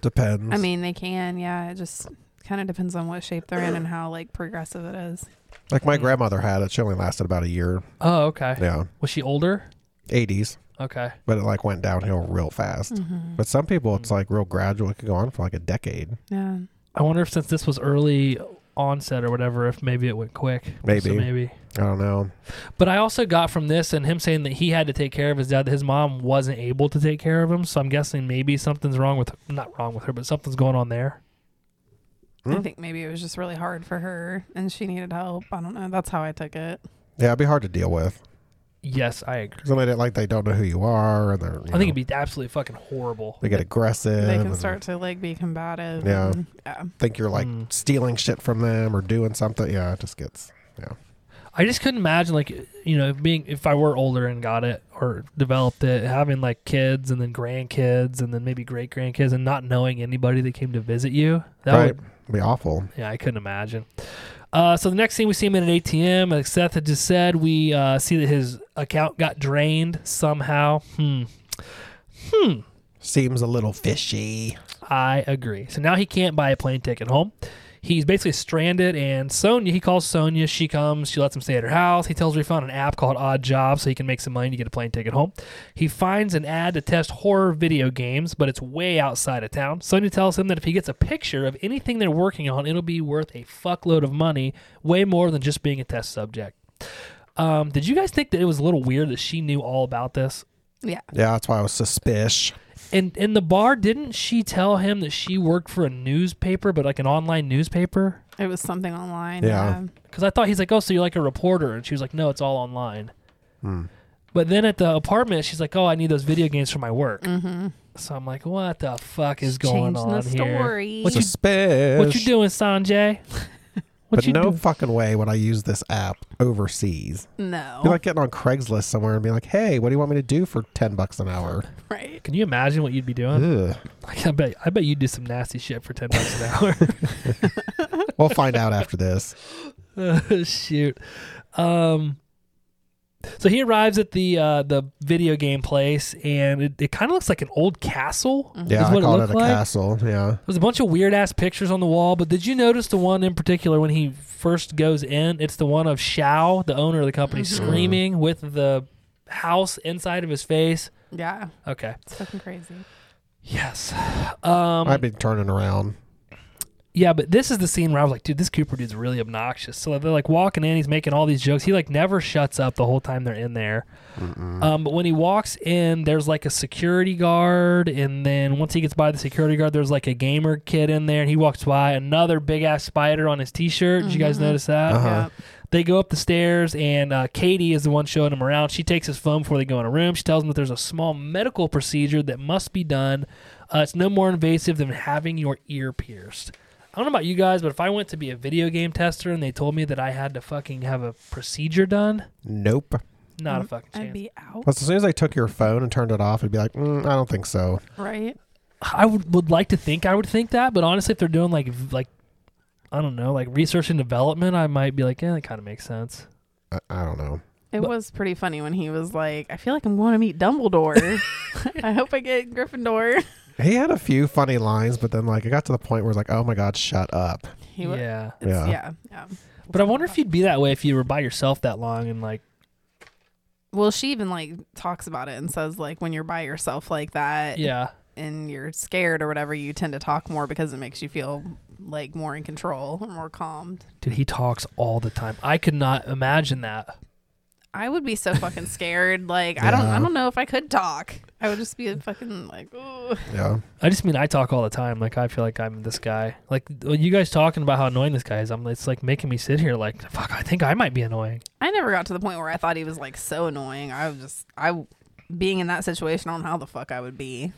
F: Depends.
B: I mean, they can. Yeah. It just kind of depends on what shape they're in and how like progressive it is.
F: like my grandmother had it. She only lasted about a year.
A: Oh, okay.
F: Yeah,
A: Was she older?
F: 80s,
A: Okay.
F: but it like went downhill real fast.
B: Mm-hmm.
F: But some people, it's like real gradual. It could go on for like a decade.
B: Yeah.
A: I wonder if since this was early onset or whatever, if maybe it went quick.
F: Maybe.
A: So maybe.
F: I don't know.
A: But I also got from this and him saying that he had to take care of his dad, that his mom wasn't able to take care of him. So I'm guessing maybe something's wrong with not wrong with her, but something's going on there.
F: Hmm.
B: I think maybe it was just really hard for her and she needed help. I don't know. That's how I took it.
F: Yeah, it'd be hard to deal with.
A: Yes, I agree.
F: Because they don't- like they don't know who you are, and they're. you
A: I think
F: know,
A: it'd be absolutely fucking horrible.
F: they get aggressive.
B: they can
F: and
B: start to like be combative.
F: Yeah.
B: and- yeah.
F: Think you're like
A: Mm.
F: stealing shit from them or doing something. Yeah, it just gets.
A: I just couldn't imagine like you know, being if I were older and got it or developed it, having like kids and then grandkids and then maybe great grandkids and not knowing anybody that came to visit you. That
F: right.
A: would
F: It'd be awful.
A: Yeah, I couldn't imagine. Uh, so the next scene we see him at an ATM. Like Seth had just said, we uh, see that his account got drained somehow. Hmm. Hmm.
F: Seems a little fishy.
A: I agree. So now he can't buy a plane ticket home. He's basically stranded, and Sonia, he calls Sonia. She comes, she lets him stay at her house. He tells her he found an app called Odd Job so he can make some money to get a plane ticket home. He finds an ad to test horror video games, but it's way outside of town. Sonia tells him that if he gets a picture of anything they're working on, it'll be worth a fuckload of money, way more than just being a test subject. Um, did you guys think that it was a little weird that she knew all about this?
B: Yeah.
F: Yeah, that's why I was suspicious.
A: And in the bar, didn't she tell him that she worked for a newspaper, but like an online newspaper?
B: It was something online.
F: Yeah.
A: Because I thought he's like, oh, so you're like a reporter, and she was like, no, it's all online.
F: Hmm.
A: But then at the apartment, she's like, oh, I need those video games for my work. Mm-hmm. So I'm like, what the fuck is going
B: Changing
A: on
B: the
A: here?
B: story.
A: What you
F: Suspicious.
A: what you doing, Sanjay? What
F: But
A: you
F: no
A: doing?
F: fucking way would I use this app overseas.
B: No.
A: Oh.
F: Be like getting on Craigslist somewhere and be like, "Hey, what do you want me to do for ten bucks an hour?"
B: right.
A: Can you imagine what you'd be doing?
F: Ugh.
A: Like, I bet I bet you'd do some nasty shit for ten bucks an hour.
F: We'll find out after this.
A: shoot. Um, so he arrives at the uh, the video game place, and it, it kind of looks like an old castle.
F: Yeah,
A: is
F: I
A: what
F: called
A: it
F: it,
A: looked
F: a
A: like.
F: castle. Yeah,
A: There's a bunch of weird ass pictures on the wall, but did you notice the one in particular when he first goes in? It's the one of Xiao, the owner of the company, screaming with the house inside of his face.
B: Yeah.
A: Okay.
B: It's fucking crazy.
A: Yes. Um,
F: I'd be turning around.
A: Yeah, but this is the scene where I was like, dude, this Cooper dude's really obnoxious. So they're like walking in, he's making all these jokes. He like never shuts up the whole time they're in there. Um, but when he walks in, there's like a security guard, and then once he gets by the security guard, there's like a gamer kid in there, and he walks by another big ass spider on his t-shirt. Did you guys notice that?
B: Uh-huh.
A: They go up the stairs, and uh, Katie is the one showing him around. She takes his phone before they go in a room. She tells him that there's a small medical procedure that must be done. Uh, it's no more invasive than having your ear pierced. I don't know about you guys, but if I went to be a video game tester and they told me that I had to fucking have a procedure done,
F: Nope.
A: not a fucking chance.
B: Mm-hmm. I'd be out.
F: Plus, as soon as I took your phone and turned it off, it'd be like, mm, "I don't think so."
B: Right.
A: I would, would like to think I would think that, but honestly, if they're doing like v- like I don't know, like research and development, I might be like, yeah, that kind of makes sense.
F: I, I don't know.
B: It
A: But-
B: was pretty funny when he was like, I feel like I'm going to meet Dumbledore. I hope I get Gryffindor.
F: He had a few funny lines, but then like it got to the point where it's like, oh my god, shut up.
B: He wa-
A: yeah.
B: it's-
F: Yeah.
B: yeah. yeah.
A: But I wonder if you'd be that way if you were by yourself that long and like
B: Well, she even like talks about it and says like when you're by yourself like that
A: yeah.
B: and you're scared or whatever, you tend to talk more because it makes you feel like more in control or more calmed.
A: Dude, he talks all the time. I could not imagine that.
B: I would be so fucking scared. Like I don't I
F: Yeah.
B: don't know if I could talk. I would just be a fucking like Ooh.
F: Yeah.
A: I just mean I talk all the time. Like I feel like I'm this guy. Like when you guys talking about how annoying this guy is, I'm. It's like making me sit here like fuck. I think I might be annoying.
B: I never got to the point where I thought he was like so annoying. I was just I being in that situation, I don't know how the fuck I would be.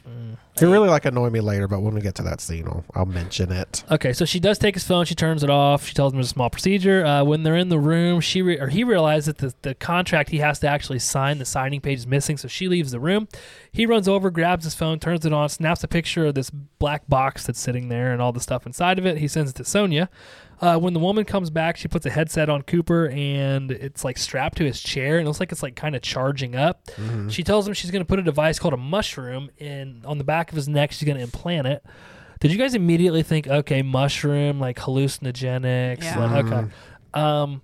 F: It really like annoyed me later, but when we get to that scene, I'll, I'll mention it.
A: Okay, so she does take his phone. She turns it off. She tells him it's a small procedure. Uh, when they're in the room, she re- or he realizes that the, the contract he has to actually sign, the signing page is missing. So she leaves the room. He runs over, grabs his phone, turns it on, snaps a picture of this black box that's sitting there and all the stuff inside of it. He sends it to Sonia. Uh, when the woman comes back, she puts a headset on Cooper and it's like strapped to his chair and it looks like it's like kind of charging up. She tells him she's going to put a device called a mushroom in on the back of his neck. She's going to implant it. Did you guys immediately think, okay, mushroom, like hallucinogenics?
B: Yeah.
A: like, okay. Um,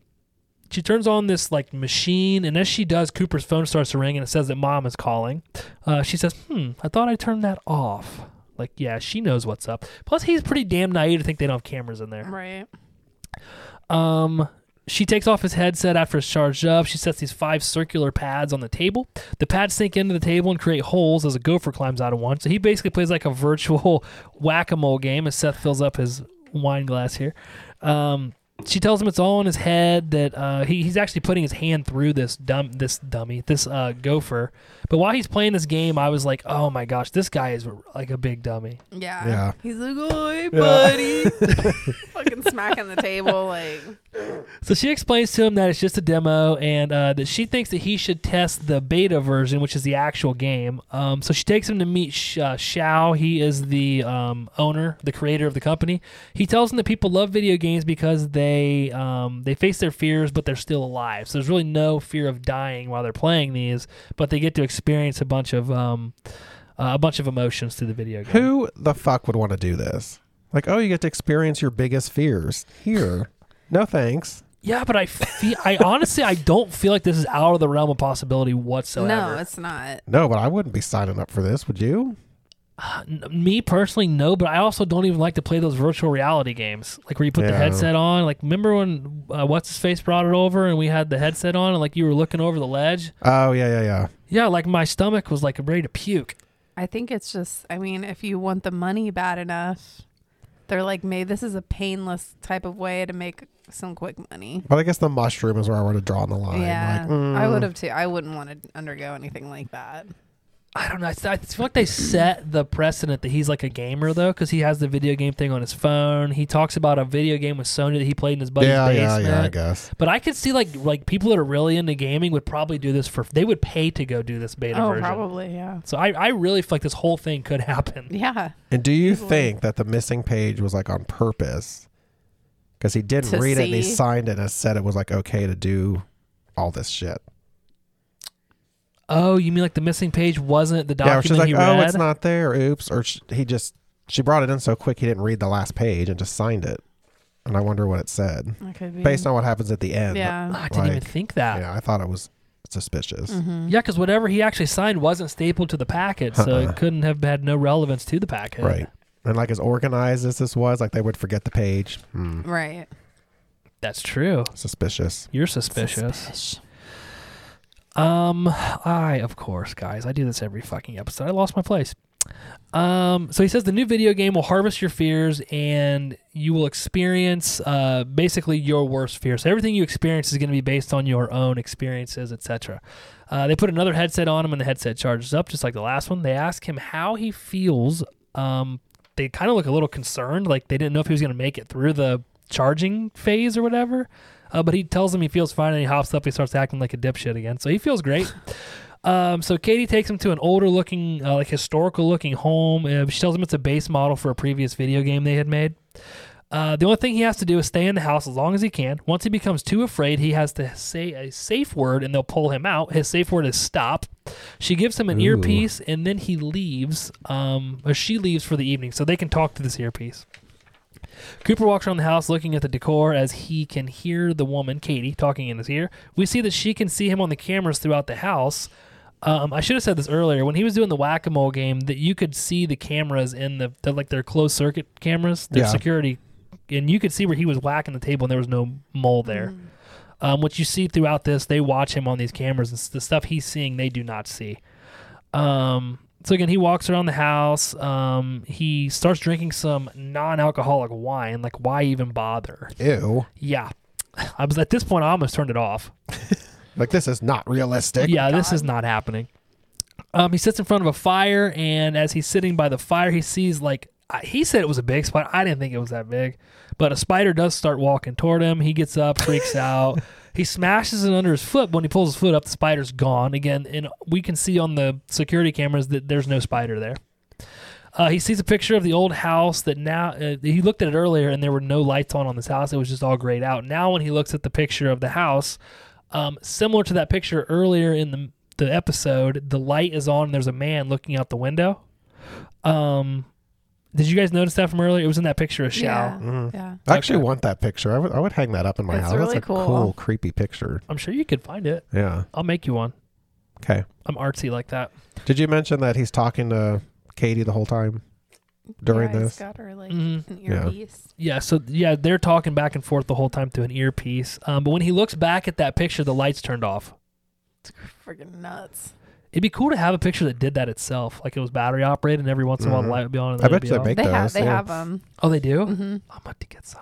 A: she turns on this like machine, and as she does, Cooper's phone starts to ring, and it says that mom is calling. Uh, she says, "Hmm, I thought I turned that off." Like, yeah, she knows what's up. Plus, he's pretty damn naive to think they don't have cameras in there.
B: Right.
A: Um, she takes off his headset after it's charged up. She sets these five circular pads on the table. The pads sink into the table and create holes as a gopher climbs out of one. So he basically plays like a virtual whack a mole game as Seth fills up his wine glass here. Um, she tells him it's all in his head that uh, he, he's actually putting his hand through this dumb this dummy this uh, gopher. But while he's playing this game, I was like, oh my gosh, this guy is like a big dummy.
B: Yeah.
F: Yeah.
B: He's like, "Oi, buddy," fucking smacking the table, like
A: So she explains to him that it's just a demo and uh, that she thinks that he should test the beta version, which is the actual game. Um, so she takes him to meet Sh- uh, Xiao. He is the um, owner, the creator of the company. He tells him that people love video games because they um, they face their fears, but they're still alive. So there's really no fear of dying while they're playing these, but they get to experience a bunch of um, uh, a bunch of emotions through the video game.
F: Who the fuck would want to do this? Like, oh, you get to experience your biggest fears here. No thanks.
A: Yeah, but I feel I honestly I don't feel like this is out of the realm of possibility whatsoever.
B: no, it's not.
F: No, but I wouldn't be signing up for this, would you?
A: N- me personally no but i also don't even like to play those virtual reality games like where you put the
F: Yeah.
A: headset on like remember when uh, what's his face brought it over and we had the headset on and like you were looking over the ledge
F: Oh yeah, yeah, yeah.
A: yeah like my stomach was like ready to puke
B: I think it's just, I mean, if you want the money bad enough, they're like, may this is a painless type of way to make some quick money.
F: But I guess the mushroom is where I would have drawn the line.
B: yeah,
F: Like, mm,
B: I would have too. I wouldn't want to undergo anything like that.
A: i don't know i, I feel like they set the precedent that he's like a gamer though because he has the video game thing on his phone he talks about a video game with sony that he played in his buddy's
F: yeah, yeah,
A: basement
F: yeah. I guess.
A: but I could see like like people that are really into gaming would probably do this for they would pay to go do this beta version.
B: Oh, probably, yeah,
A: So I, I really feel like this whole thing could happen.
B: yeah.
F: And do you think that the missing page was like on purpose? Because he didn't
B: To
F: read it and he
B: see.
F: signed it and said it was like okay to do all this shit.
A: Oh, you mean like the missing page wasn't the
F: Yeah,
A: document
F: she's like,
A: he
F: oh,
A: read?
F: it's not there. Oops. Or sh- he just, she brought it in so quick he didn't read the last page and just signed it. And I wonder what it said
B: That could be.
F: based on what happens at the end.
A: Oh,
B: yeah,
A: I didn't even
F: like,
A: think that. Yeah,
F: Yeah, I thought it was suspicious.
A: because whatever he actually signed wasn't stapled to the packet, so
F: Uh-uh.
A: it couldn't have had no relevance to the packet.
F: Right. And like as organized as this was, like they would forget the page. Hmm.
B: right.
A: That's true.
F: Suspicious.
A: You're suspicious. Um, I of course, guys, I do this every fucking episode. I lost my place. Um, so he says the new video game will harvest your fears, and you will experience uh, basically your worst fear. So everything you experience is going to be based on your own experiences, etc. Uh, they put another headset on him, and the headset charges up just like the last one. They ask him how he feels. Um, they kind of look a little concerned, like they didn't know if he was going to make it through the charging phase or whatever. Uh, but he tells him he feels fine, and he hops up. He starts acting like a dipshit again, so he feels great. Um, so Katie takes him to an older looking, uh, like historical looking home. Uh, she tells him it's a base model for a previous video game they had made. Uh, the only thing he has to do is stay in the house as long as he can. Once he becomes too afraid, he has to say a safe word and they'll pull him out. His safe word is stop. She gives him an earpiece and then he leaves, um, or she leaves for the evening so they can talk to this earpiece. Cooper walks around the house looking at the decor as he can hear the woman, Katie, talking in his ear. We see that she can see him on the cameras throughout the house. Um, I should have said this earlier when he was doing the whack a mole game that you could see the cameras in the, the like their closed circuit cameras, their
F: Yeah.
A: security, and you could see where he was whacking the table and there was no mole there. Um, what you see throughout this, they watch him on these cameras and s- the stuff he's seeing they do not see. Um, so again, he walks around the house. Um, he starts drinking some non-alcoholic wine. Like, why even bother?
F: Ew.
A: Yeah, I was at this point. I almost turned it off.
F: Like this is not realistic.
A: yeah, this is not happening. Um, he sits in front of a fire, and as he's sitting by the fire, he sees like I- he said it was a big spider. I didn't think it was that big, but a spider does start walking toward him. He gets up, freaks out. He smashes it under his foot. When he pulls his foot up, the spider's gone again, and we can see on the security cameras that there's no spider there. Uh, he sees a picture of the old house that now uh, he looked at it earlier, and there were no lights on on this house. It was just all grayed out. Now, when he looks at the picture of the house, um, similar to that picture earlier in the the episode, the light is on. And there's a man looking out the window. Um, did you guys notice that from earlier? It was in that picture of Xiao.
B: Yeah.
F: Mm.
B: Yeah.
F: I actually want that picture. I would, I would hang that up in my
B: It's
F: house.
B: really
F: That's a
B: cool.
F: cool. creepy picture.
A: I'm sure you could find it.
F: Yeah.
A: I'll make you one.
F: Okay.
A: I'm artsy like that.
F: Did you mention that he's talking to Katie the whole time during
B: Yeah, it's
F: this?
B: got her like
A: Mhm.
B: an
F: Yeah.
B: earpiece.
A: Yeah, so yeah, they're talking back and forth the whole time through an earpiece. Um, but when he looks back at that picture, the lights turned off.
B: It's freaking nuts.
A: It'd be cool to have a picture that did that itself, like it was battery operated, and every once in a while the
F: Mhm.
A: light would be on. And
F: I
A: then it'd
F: bet
A: be
F: you they
A: off.
F: make
B: They
F: those.
B: have they
F: yeah.
B: have them.
A: Oh, they do.
B: hmm
A: I'm about to get some.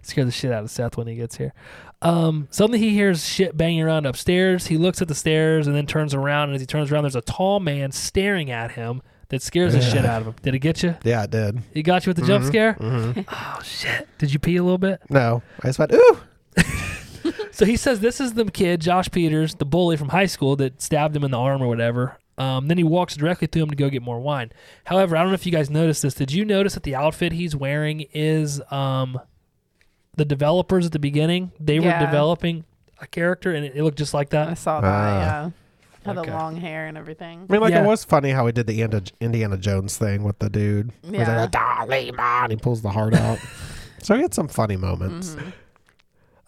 A: Scare the shit out of Seth when he gets here. Um, suddenly he hears shit banging around upstairs. He looks at the stairs and then turns around. And as he turns around, there's a tall man staring at him that scares the shit out of him. Did it get you?
F: Yeah, it did.
A: It got you with the jump scare?
F: hmm
A: Oh, shit. Did you pee a little bit?
F: No, I just went ooh.
A: So he says this is the kid, Josh Peters, the bully from high school that stabbed him in the arm or whatever. Um, then he walks directly through him to go get more wine. However, I don't know if you guys noticed this. Did you notice that the outfit he's wearing is um, the developers at the beginning? They
B: Yeah.
A: were developing a character and it, it looked just like
B: I
A: that.
B: saw that.
F: Ah.
B: yeah. Had
A: Okay.
B: the long hair and everything.
F: I mean, like
A: Yeah.
F: it was funny how he did the Indi- Indiana Jones thing with the dude. He's like,
B: Yeah.
F: "Dolly, ma," and he pulls the heart out. so he had some funny moments.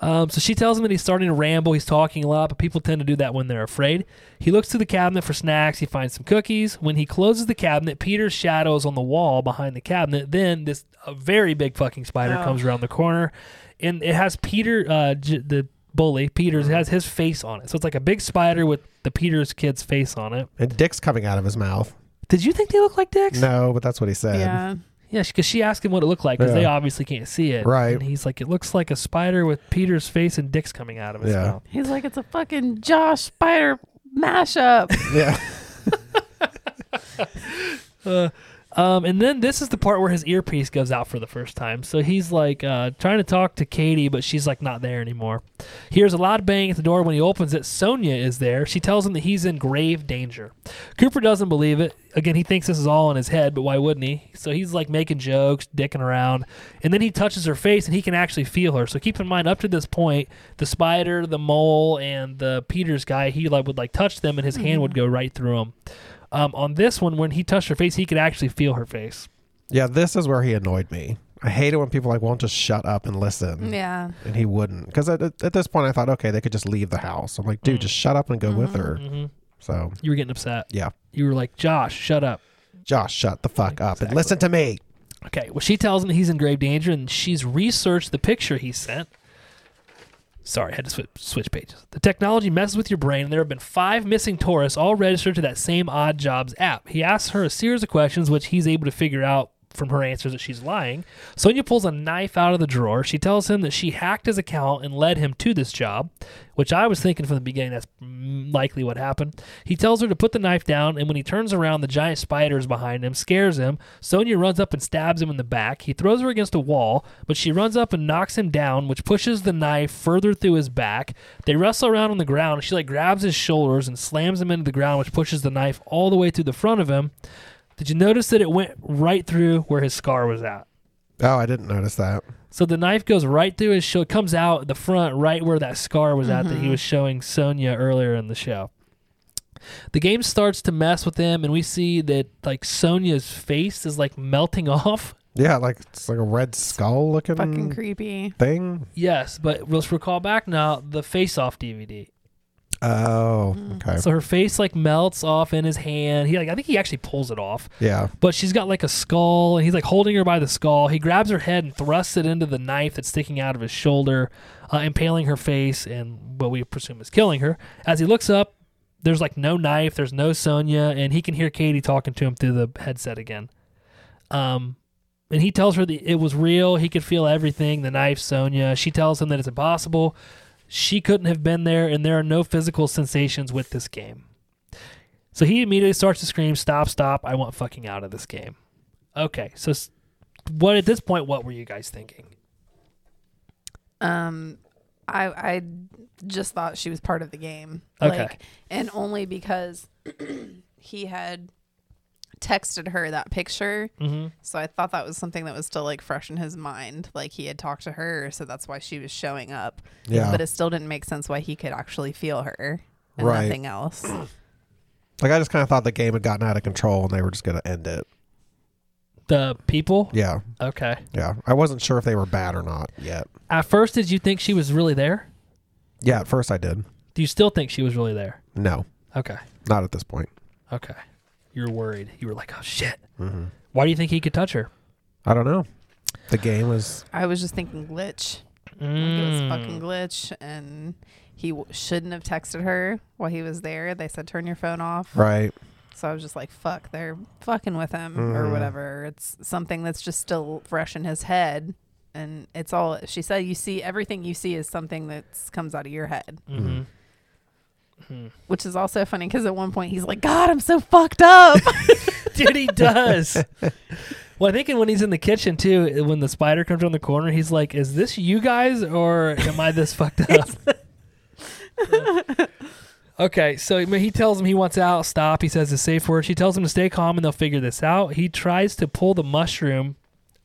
A: Um, so she tells him that he's starting to ramble. He's talking a lot, but people tend to do that when they're afraid. He looks to the cabinet for snacks. He finds some cookies. When he closes the cabinet, Peter's shadow is on the wall behind the cabinet. Then this a very big fucking spider
B: Oh.
A: comes around the corner, and it has Peter, uh, J- the bully, Peter's it has his face on it. So it's like a big spider with the Peter's kid's face on it.
F: And Dick's coming out of his mouth.
A: Did you think they look like dicks?
F: No, but that's what he said.
B: Yeah.
A: Yeah, because she asked him what it looked like because
F: Yeah.
A: they obviously can't see it.
F: Right.
A: And he's like, it looks like a spider with Peter's face and dicks coming out of his
F: Yeah.
A: mouth.
B: He's like, it's a fucking Josh Spider mashup.
F: Yeah.
A: Uh, um, and then this is the part where his earpiece goes out for the first time. So he's like uh, trying to talk to Katie, but she's like not there anymore. He hears a loud bang at the door. When he opens it, Sonia is there. She tells him that he's in grave danger. Cooper doesn't believe it. Again, he thinks this is all in his head, but why wouldn't he? So he's like making jokes, dicking around. And then he touches her face and he can actually feel her. So keep in mind, up to this point, the spider, the mole, and the Peters guy, he like would like touch them and his hand would go right through him. Um, on this one, when he touched her face, he could actually feel her face.
F: Yeah, this is where he annoyed me. I hate it when people like won't just shut up and listen.
B: yeah.
F: And he wouldn't. Because at, at this point, I thought, okay, they could just leave the house. I'm like, dude, just shut up and go with her. So,
A: You were getting upset.
F: yeah.
A: You were like, Josh, shut up.
F: Josh, shut the fuck up and listen to me.
A: Okay. Well, she tells him that he's in grave danger, and she's researched the picture he sent. Sorry, I had to switch, switch pages. The technology messes with your brain, and there have been five missing tourists all registered to that same Odd Jobs app. He asks her a series of questions, which he's able to figure out from her answers that she's lying. Sonia pulls a knife out of the drawer. She tells him that she hacked his account and led him to this job, which I was thinking from the beginning that's mm, likely what happened. He tells her to put the knife down, and when he turns around, the giant spider is behind him, scares him. Sonia runs up and stabs him in the back. He throws her against a wall, but she runs up and knocks him down, which pushes the knife further through his back. They wrestle around on the ground. She like grabs his shoulders and slams him into the ground, which pushes the knife all the way through the front of him. Did you notice that it went right through where his scar was at?
F: Oh, I didn't notice that.
A: So the knife goes right through his shoulder, comes out the front right where that scar was at that he was showing Sonya earlier in the show. The game starts to mess with him, and we see that like Sonya's face is like melting off.
F: Yeah, like it's like a red skull looking
B: Fucking creepy.
F: thing.
A: Yes, but let's recall back now the Face Off DVD.
F: Oh, okay.
A: So her face like melts off in his hand. He like I think he actually pulls it off.
F: yeah.
A: But she's got like a skull, and he's like holding her by the skull. He grabs her head and thrusts it into the knife that's sticking out of his shoulder, uh, impaling her face, and what we presume is killing her. As he looks up, there's like no knife, there's no Sonya, and he can hear Katie talking to him through the headset again. Um, and he tells her that it was real. He could feel everything the knife, Sonya. She tells him that it's impossible. She couldn't have been there, and there are no physical sensations with this game. So he immediately starts to scream, "Stop! Stop! I want fucking out of this game." Okay, so s- what at this point? What were you guys thinking?
B: Um, I I just thought she was part of the game.
A: Okay.
B: Like, and only because he had texted her that picture,
A: Mm-hmm.
B: so I thought that was something that was still like fresh in his mind. Like he had talked to her, so that's why she was showing up.
F: Yeah.
B: But it still didn't make sense why he could actually feel her and
F: Right.
B: nothing else.
F: Like I just kind of thought the game had gotten out of control and they were just going to end it.
A: The people.
F: Yeah.
A: Okay.
F: Yeah. I wasn't sure if they were bad or not yet.
A: At first, did you think she was really there?
F: Yeah, at first I did.
A: Do you still think she was really there?
F: No,
A: Okay.
F: not at this point.
A: Okay. You were worried. You were like, "Oh shit." Why do you think he could touch her?
F: Mm-hmm. I don't know. The game was
B: I was just thinking glitch. Like
A: Mm-hmm.
B: it was fucking glitch, and he w- shouldn't have texted her while he was there. They said turn your phone off.
F: right.
B: So I was just like, fuck, they're fucking with him
F: Mm-hmm.
B: or whatever. It's something that's just still fresh in his head. And it's all she said, you see, everything you see is something that comes out of your head,
A: Mm-hmm.
B: which is also funny because at one point he's like, God, I'm so fucked up.
A: Dude, he does. well, I think when he's in the kitchen too, when the spider comes around the corner, he's like, "Is this you guys, or am I this fucked up?" okay, so I mean, he tells him he wants out. Stop. He says the safe word. She tells him to stay calm, and they'll figure this out. He tries to pull the mushroom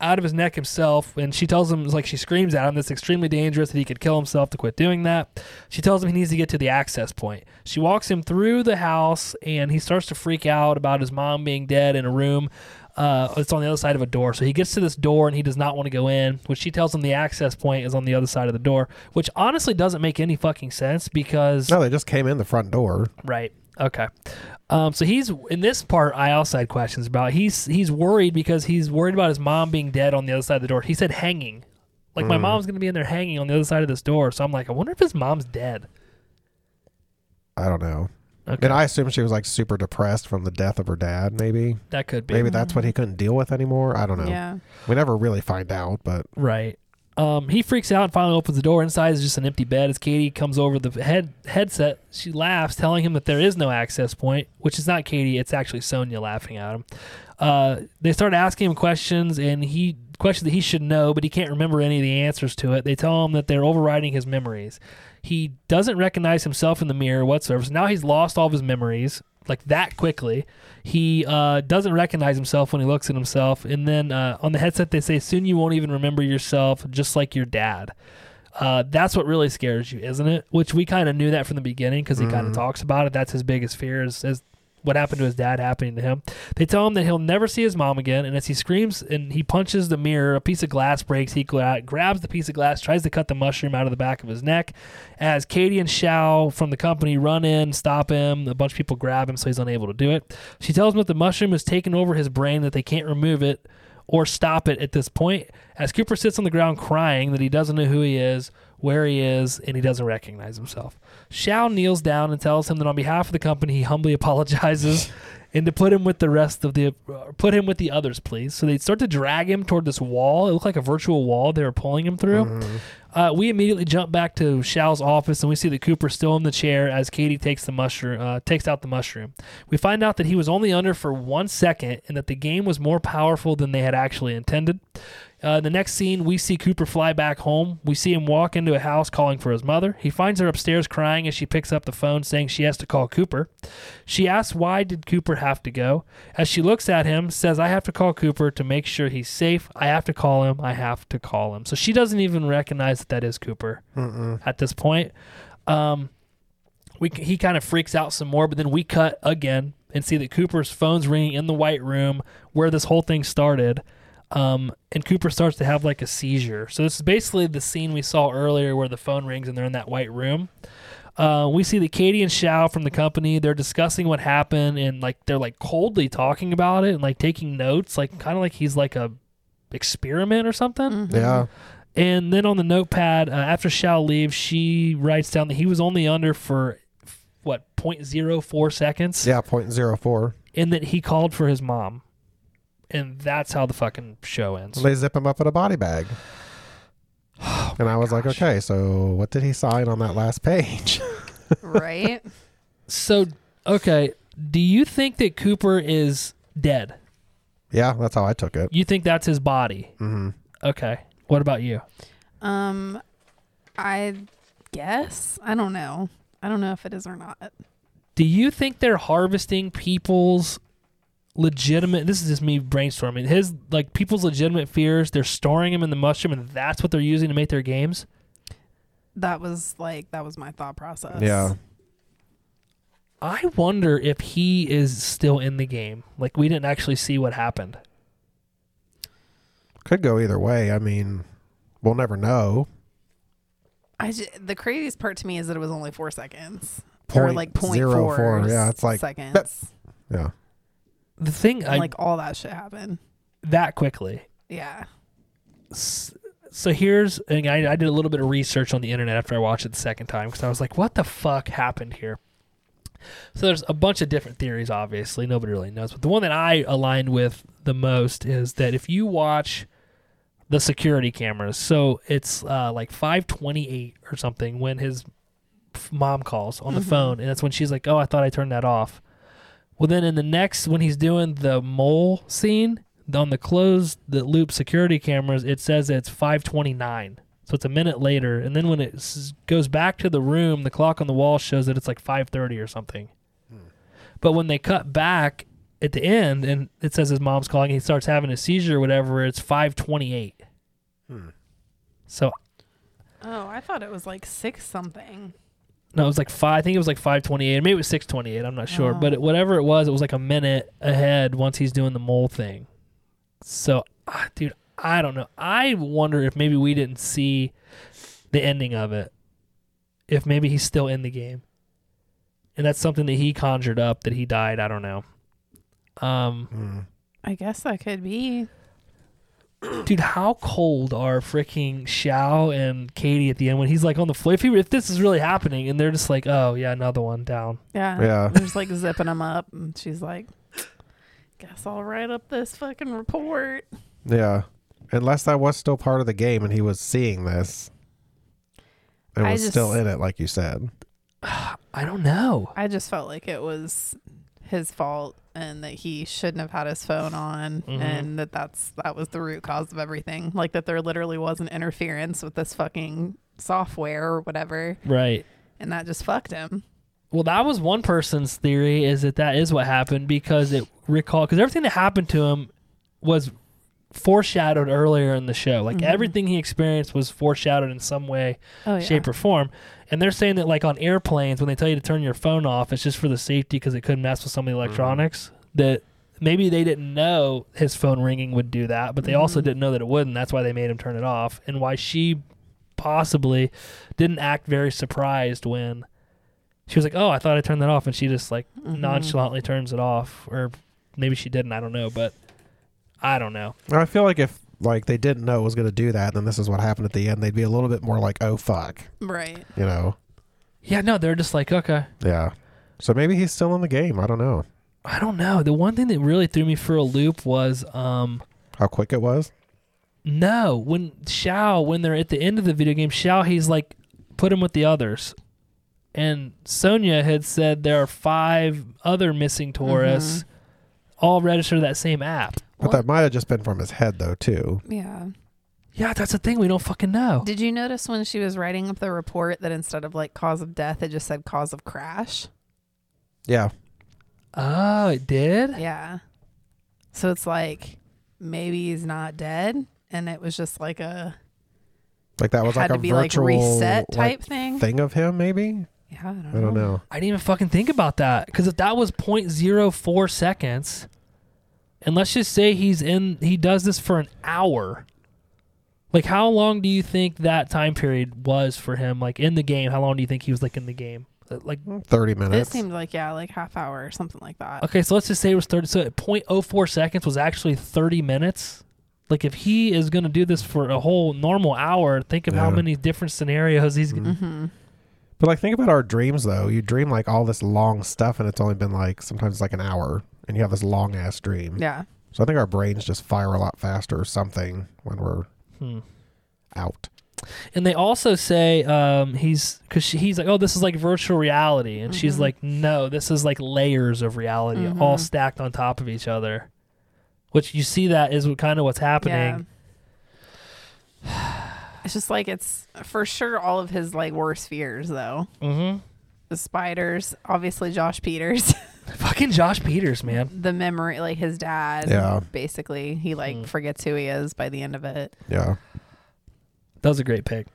A: out of his neck himself, and she tells him it's like she screams at him that's extremely dangerous that he could kill himself to quit doing that. She tells him he needs to get to the access point. She walks him through the house, and he starts to freak out about his mom being dead in a room. Uh, it's on the other side of a door. So he gets to this door and he does not want to go in, which she tells him the access point is on the other side of the door, which honestly doesn't make any fucking sense because
F: No, they just came in the front door.
A: Right. Okay. Um, so he's in this part. I also had questions about. He's he's worried because he's worried about his mom being dead on the other side of the door. He said hanging, like my mom's gonna be in there hanging on the other side of this door. So I'm like, I wonder if his mom's dead.
F: I don't know.
A: Okay,
F: And I assume she was like super depressed from the death of her dad. Maybe,
A: that could be
F: maybe that's what he couldn't deal with anymore. I don't know.
B: yeah.
F: We never really find out, but
A: right. Um, he freaks out and finally opens the door. Inside is just an empty bed. As Katie comes over the head headset, she laughs, telling him that there is no access point, which is not Katie. It's actually Sonia laughing at him. Uh, they start asking him questions, and he questions that he should know, but he can't remember any of the answers to it. They tell him that they're overriding his memories. He doesn't recognize himself in the mirror whatsoever. So now he's lost all of his memories like that quickly. He uh, doesn't recognize himself when he looks at himself, and then uh, on the headset they say, "Soon you won't even remember yourself, just like your dad." Uh, that's what really scares you, isn't it? Which we kind of knew that from the beginning because he kind of talks about it. That's his biggest fear is, is what happened to his dad happening to him. They tell him that he'll never see his mom again, and as he screams and he punches the mirror, a piece of glass breaks. He gra- grabs the piece of glass, tries to cut the mushroom out of the back of his neck. As Katie and Shao from the company run in, stop him, a bunch of people grab him, so he's unable to do it. She tells him that the mushroom has taken over his brain, that they can't remove it or stop it at this point. As Cooper sits on the ground crying that he doesn't know who he is, where he is, and he doesn't recognize himself. Shao kneels down and tells him that on behalf of the company, he humbly apologizes and to put him with the rest of the uh, put him with the others, please. So they start to drag him toward this wall. It looked like a virtual wall they were pulling him through. Uh, we immediately jump back to Shao's office and we see that Cooper's still in the chair as Katie takes the mushroom uh, takes out the mushroom. We find out that he was only under for one second and that the game was more powerful than they had actually intended. Uh, the next scene, we see Cooper fly back home. We see him walk into a house calling for his mother. He finds her upstairs crying as she picks up the phone, saying she has to call Cooper. She asks why did Cooper have to go. As she looks at him, says, "I have to call Cooper to make sure he's safe. I have to call him. I have to call him." So she doesn't even recognize that that is Cooper at this point. Um, we he kind of freaks out some more, but then we cut again and see that Cooper's phone's ringing in the white room where this whole thing started. Um, and Cooper starts to have like a seizure. So this is basically the scene we saw earlier where the phone rings and they're in that white room. Uh, we see that Katie and Shao from the company, they're discussing what happened and like they're like coldly talking about it and like taking notes, like kind of like he's like a experiment or something.
F: Yeah.
A: And then on the notepad, uh, after Shao leaves, she writes down that he was only under for f- what 0.04 seconds,
F: Yeah. Point zero four.
A: and that he called for his mom, and that's how the fucking show ends.
F: They zip him up in a body bag. and I was like, okay, so what did he sign on that last page?
B: right?
A: so, okay, do you think that Cooper is dead?
F: yeah, that's how I took it.
A: You think that's his body?
F: hmm
A: Okay. What about you?
B: Um, I guess I don't know. I don't know if it is or not.
A: Do you think they're harvesting people's legitimate? This is just me brainstorming. His like people's legitimate fears. They're storing them in the mushroom, and that's what they're using to make their games.
B: That was like that was my thought process.
F: Yeah.
A: I wonder if he is still in the game. Like we didn't actually see what happened.
F: Could go either way. I mean, we'll never know.
B: I ju- the craziest part to me is that it was only four seconds or
F: Point
B: like point
F: zero
B: four.
F: four. Yeah, it's like-
B: seconds.
F: Yeah.
A: The thing I
B: like all that shit happened.
A: that quickly.
B: Yeah.
A: S- So here's and I, I did a little bit of research on the internet after I watched it the second time because I was like, what the fuck happened here? So there's a bunch of different theories. Obviously, nobody really knows, but the one that I aligned with the most is that if you watch the security cameras, so it's uh, like 5:28 or something when his f- mom calls on the phone, and that's when she's like, "Oh, I thought I turned that off." Well, then in the next, when he's doing the mole scene on the closed the loop security cameras, it says it's 5:29, so it's a minute later. And then when it s- goes back to the room, the clock on the wall shows that it's like 5:30 or something. But when they cut back at the end, and it says his mom's calling, he starts having a seizure or whatever. It's 5:28. So
B: Oh, I thought it was like six something.
A: No, it was like five. I think it was like five twenty-eight. Maybe it was six twenty-eight. I'm not sure,
B: Oh.
A: but it, whatever it was, it was like a minute ahead once he's doing the mole thing. So, ah, dude, I don't know. I wonder if maybe we didn't see the ending of it. If maybe he's still in the game, and that's something that he conjured up that he died. I don't know. Um,
F: Mm.
B: I guess that could be.
A: dude, how cold are freaking Shao and Katie at the end when he's like on the floor? If, he, if this is really happening, and they're just like, "Oh yeah, another one down."
B: Yeah.
F: Yeah.
B: They're just like zipping them up, and she's like, "Guess I'll write up this fucking report."
F: Yeah. Unless that was still part of the game and he was seeing this. And
B: I
F: was
B: just-
F: still in it, like you said.
A: I don't know.
B: I just felt like it was his fault and that he shouldn't have had his phone on and that that's that was the root cause of everything like that there literally was an interference with this fucking software or whatever
A: Right.
B: and that just fucked him
A: Well, that was one person's theory is that that is what happened because it recalled because everything that happened to him was foreshadowed earlier in the show. Like everything he experienced was foreshadowed in some way,
B: oh yeah
A: shape, or form. And they're saying that like on airplanes when they tell you to turn your phone off, it's just for the safety because it could mess with some of the electronics. That maybe they didn't know his phone ringing would do that, but they also
B: Mm-hmm.
A: didn't know that it wouldn't. That's why they made him turn it off, and why she possibly didn't act very surprised when she was like, "Oh, I thought I turned that off," and she just like
B: Mm-hmm.
A: nonchalantly turns it off, or maybe she didn't. I don't know, but I don't know.
F: I feel like if like they didn't know it was going to do that, then this is what happened at the end. They'd be a little bit more like, "Oh fuck,"
B: right
F: you know?
A: Yeah, no, they're just like, okay,
F: Yeah. So maybe he's still in the game. I don't know
A: I don't know. The one thing that really threw me for a loop was, um,
F: how quick it was.
A: no, when Shao, when they're at the end of the video game, Shao, he's like, put him with the others. And Sonia had said there are five other missing Taurus, Mm-hmm. all registered to that same app.
F: But that might have just been from his head, though, too.
B: yeah
A: Yeah, that's the thing. We don't fucking know.
B: Did you notice when she was writing up the report that instead of like cause of death, it just said cause of crash?
F: Yeah.
A: Oh, it did?
B: Yeah. So it's like maybe he's not dead, and it was just like a
F: Like that was
B: had
F: like
B: to
F: a
B: be
F: virtual
B: like reset type Mm.
F: like,
B: thing.
F: thing of him, maybe.
B: Yeah, I don't,
F: I don't know.
A: I didn't even fucking think about that. Because if that was 0.04 seconds, and let's just say he's in, he does this for an hour. Like, how long do you think that time period was for him? Like, in the game, how long do you think he was, like, in the game? Uh, Like,
F: Thirty
B: It
F: minutes.
B: seemed like yeah, like half hour or something like that.
A: okay, so let's just say it was 30. So 0.04 seconds was actually 30 minutes. Like, if he is going to do this for a whole normal hour, think of how
F: Yeah.
A: many different scenarios he's
B: Mm-hmm.
A: going to.
F: but like, think about our dreams though. You dream like all this long stuff, and it's only been like sometimes like an hour, and you have this long ass dream.
B: Yeah,
F: So I think our brains just fire a lot faster or something when we're
A: Hmm.
F: out.
A: And they also say um, he's because he's like, oh, this is like virtual reality, and she's like, no, this is like layers of reality, all stacked on top of each other. Which you see that is what kind of what's happening.
B: yeah. It's just like it's for sure all of his like worst fears though.
A: hmm
B: The spiders, obviously Josh Peters,
A: Fucking Josh Peters, man.
B: the memory, like his dad.
F: Yeah.
B: Basically, he like
A: Mm.
B: forgets who he is by the end of it.
F: Yeah.
A: That was a great pick.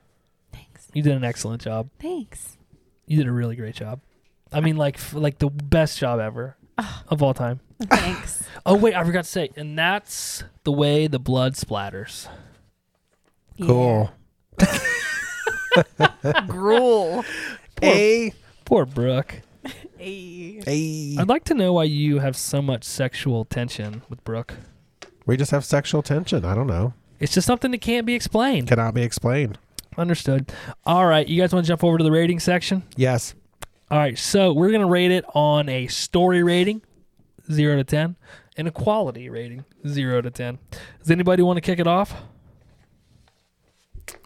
B: Thanks.
A: You did an excellent job.
B: Thanks.
A: You did a really great job. I mean, like, f- like the best job ever of all time.
B: Thanks.
A: Oh wait, I forgot to say, and that's the way the blood splatters.
F: Cool.
B: Yeah. Gruel.
F: Hey.
A: Poor Brooke.
B: Hey.
F: Hey.
A: I'd like to know why you have so much sexual tension with Brooke.
F: We just have sexual tension. I don't know.
A: It's just something that can't be explained.
F: Cannot be explained.
A: Understood. All right, you guys want to jump over to the rating section?
F: Yes.
A: All right, so we're going to rate it on a story rating, 0 to 10, and a quality rating, 0 to 10. Does anybody want to kick it off?